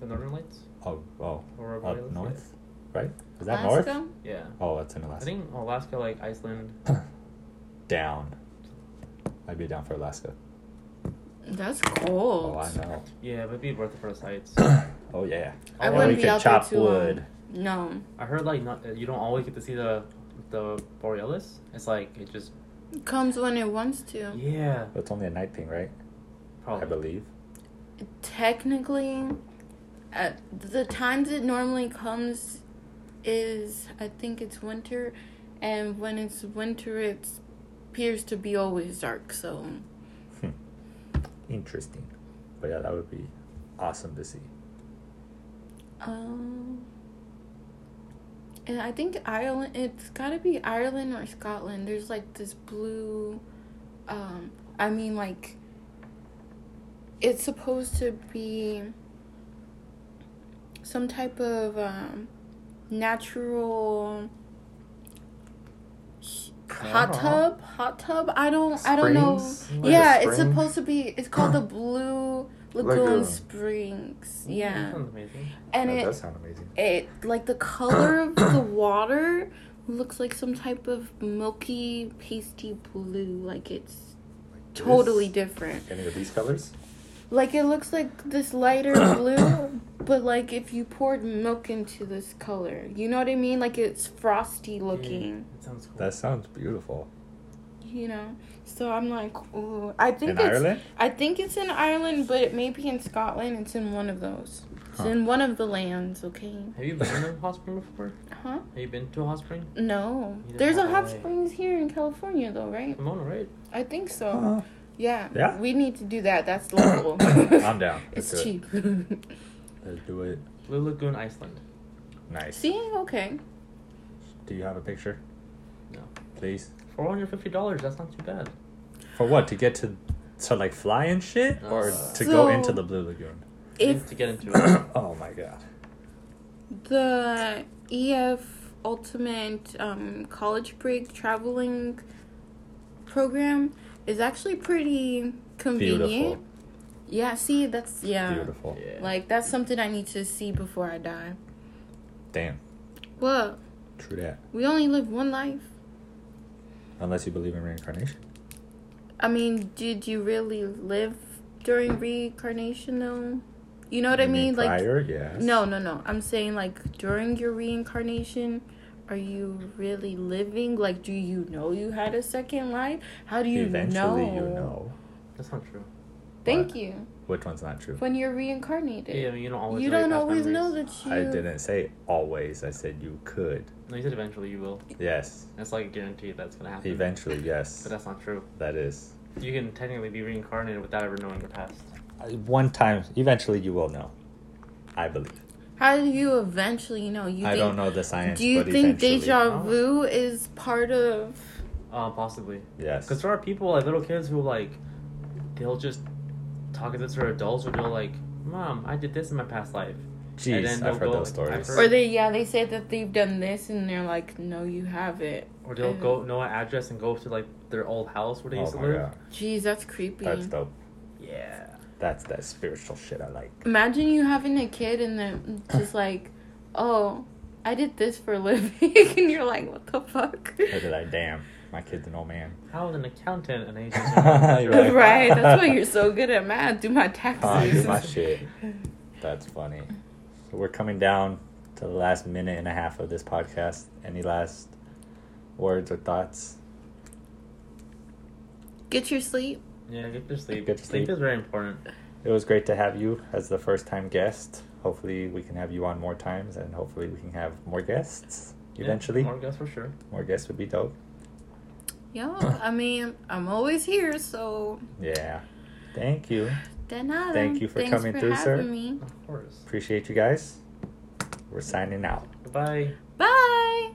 Speaker 2: the Northern Lights,
Speaker 1: Oh, oh.
Speaker 2: or
Speaker 1: Up
Speaker 2: Borealis.
Speaker 1: north, right? Is that north?
Speaker 3: Alaska?
Speaker 2: Yeah.
Speaker 1: Oh, that's in
Speaker 2: I
Speaker 1: Alaska.
Speaker 2: think Alaska, like Iceland.
Speaker 1: Down. I'd be down for Alaska.
Speaker 3: That's cold.
Speaker 1: Oh, I know.
Speaker 2: Yeah, it would be worth it for the sights.
Speaker 1: Oh yeah.
Speaker 3: I
Speaker 2: Oh,
Speaker 1: And
Speaker 3: wouldn't
Speaker 1: we
Speaker 3: be
Speaker 1: could
Speaker 3: out there
Speaker 1: chop
Speaker 3: too long.
Speaker 1: wood.
Speaker 3: No.
Speaker 2: I heard like not uh, you don't always get to see the the borealis. It's like it just
Speaker 3: It comes when it wants to.
Speaker 2: yeah
Speaker 1: But it's only a night thing, right? I
Speaker 2: probably.
Speaker 1: believe.
Speaker 3: Technically, at the times it normally comes is I think it's winter, and when it's winter, it appears to be always dark. So
Speaker 1: Hmm. Interesting. But yeah, that would be awesome to see.
Speaker 3: Um, and I think Ireland. It's gotta be Ireland or Scotland. There's like this blue. Um, I mean, like. It's supposed to be. Some type of um, natural. h- Hot
Speaker 1: Uh-huh.
Speaker 3: tub, hot tub. I don't, I don't know.
Speaker 4: Springs? Like a
Speaker 3: yeah, it's
Speaker 4: spring?
Speaker 3: supposed to be. It's called the Blue Lagoon
Speaker 4: Lagoon.
Speaker 3: Springs.
Speaker 2: Mm,
Speaker 3: Yeah
Speaker 2: That sounds amazing.
Speaker 3: and
Speaker 1: that
Speaker 3: it,
Speaker 1: does sound amazing.
Speaker 3: it like the color of the water looks like some type of milky pasty blue like it's
Speaker 1: Like this?
Speaker 3: totally different
Speaker 1: Any of these colors?
Speaker 3: like it looks like this lighter blue but like if you poured milk into this color you know what i mean like it's frosty looking
Speaker 2: Yeah, it sounds cool.
Speaker 1: That sounds beautiful.
Speaker 3: you know so i'm like ooh i think
Speaker 1: In
Speaker 3: it's
Speaker 1: Ireland?
Speaker 3: i think it's in ireland but it may be in scotland it's in one of those it's
Speaker 1: Huh.
Speaker 3: in one of the lands okay
Speaker 2: Have you been in a hot spring before?
Speaker 3: huh
Speaker 2: Have you been to a hot spring?
Speaker 3: No.
Speaker 2: You don't
Speaker 3: There's a
Speaker 2: have
Speaker 3: hot
Speaker 2: LA.
Speaker 3: springs here in California though, right?
Speaker 2: Pomona, right?
Speaker 3: I think so.
Speaker 1: Uh,
Speaker 3: Yeah.
Speaker 1: Yeah.
Speaker 3: We need to do that. That's local.
Speaker 1: I'm down.
Speaker 3: It's
Speaker 1: Let's do it.
Speaker 3: cheap.
Speaker 1: Let's do it.
Speaker 2: Blue Lagoon, Iceland.
Speaker 1: Nice.
Speaker 3: See? Okay.
Speaker 1: Do you have a picture?
Speaker 2: No.
Speaker 1: Please.
Speaker 2: Four hundred fifty dollars. That's not too bad.
Speaker 1: For what? To get to to like fly and shit? Or
Speaker 2: Uh,
Speaker 1: to go
Speaker 3: So-
Speaker 1: into the blue lagoon?
Speaker 3: If
Speaker 2: to get into it.
Speaker 1: oh my god.
Speaker 3: the EF Ultimate um, College Break Traveling program is actually pretty convenient.
Speaker 1: Beautiful.
Speaker 3: Yeah, see, that's yeah.
Speaker 1: Beautiful.
Speaker 2: Yeah.
Speaker 3: Like that's something I need to see before I die.
Speaker 1: Damn.
Speaker 3: Well,
Speaker 1: True that.
Speaker 3: we only live one life.
Speaker 1: Unless you believe in reincarnation.
Speaker 3: I mean, did you really live during reincarnation though? You know what I
Speaker 1: You
Speaker 3: mean? Like
Speaker 1: prior? Yes.
Speaker 3: no, no, no. I'm saying like during your reincarnation, are you really living? Like do you know you had a second life? How do you
Speaker 1: Eventually
Speaker 3: know?
Speaker 1: you know.
Speaker 2: That's not true.
Speaker 3: Thank
Speaker 1: What?
Speaker 3: you.
Speaker 1: Which one's not true?
Speaker 3: When you're
Speaker 2: Yeah, I
Speaker 3: reincarnated.
Speaker 2: mean, you don't always.
Speaker 3: you
Speaker 2: know your
Speaker 3: don't
Speaker 2: past
Speaker 3: always know
Speaker 2: memories.
Speaker 3: that you
Speaker 1: I didn't say always. I said you could.
Speaker 2: No, you said eventually you will.
Speaker 1: Yes.
Speaker 2: That's like a guarantee that's gonna happen.
Speaker 1: Eventually, yes.
Speaker 2: But uh, that's not true.
Speaker 1: That is.
Speaker 2: You can technically be reincarnated without ever knowing your past.
Speaker 1: I- Uh, One time, eventually you will know. I believe.
Speaker 3: How do you eventually know? You
Speaker 1: I
Speaker 3: think,
Speaker 1: don't know the science.
Speaker 3: Do you
Speaker 1: but
Speaker 3: think
Speaker 1: eventually.
Speaker 3: deja vu is part of
Speaker 2: Um, possibly.
Speaker 1: Yes.
Speaker 2: Because there are people, like little kids, who like, they'll just talk as if they're adults, or they'll like, "Mom, I did this in my past life."
Speaker 1: Jeez,
Speaker 2: and then they'll
Speaker 1: I've heard
Speaker 2: go-
Speaker 1: those
Speaker 2: I've
Speaker 1: stories.
Speaker 2: heard-
Speaker 3: Or they yeah, they say that they've done this and they're like, No, you haven't.
Speaker 2: Or they'll
Speaker 3: Mm.
Speaker 2: go know an address and go to like their old house where they
Speaker 1: oh
Speaker 2: used to
Speaker 1: my
Speaker 2: live.
Speaker 1: god,
Speaker 3: Jeez, that's creepy.
Speaker 1: that's dope.
Speaker 2: Yeah.
Speaker 1: That's that spiritual shit I like.
Speaker 3: Imagine you having a kid and then just like, Oh, I did this for a living and you're like, What the fuck?
Speaker 1: Look at that, damn. My kid's an old man.
Speaker 2: I was an accountant and I used
Speaker 1: You're
Speaker 2: to.
Speaker 1: like-
Speaker 3: right, that's why you're so good at math. Do my taxes.
Speaker 1: Ah, do my shit. That's funny. So we're coming down to the last minute and a half of this podcast. Any last words or thoughts?
Speaker 3: Get your sleep.
Speaker 2: yeah, get your sleep.
Speaker 1: Get your
Speaker 2: sleep
Speaker 1: sleep.
Speaker 2: is very important.
Speaker 1: It was great to have you as the first time guest. Hopefully, we can have you on more times, and hopefully, we can have more guests
Speaker 2: Yeah,
Speaker 1: eventually.
Speaker 2: Or guess for sure.
Speaker 1: More guests would be dope.
Speaker 3: Yeah, I mean, I'm always here, so
Speaker 1: Yeah. Thank you.
Speaker 3: de nada.
Speaker 1: Thank you for
Speaker 3: Thanks
Speaker 1: coming
Speaker 3: for
Speaker 1: through, sir.
Speaker 3: having Me.
Speaker 2: Of course.
Speaker 1: Appreciate you guys. We're signing out.
Speaker 2: Goodbye.
Speaker 3: Bye.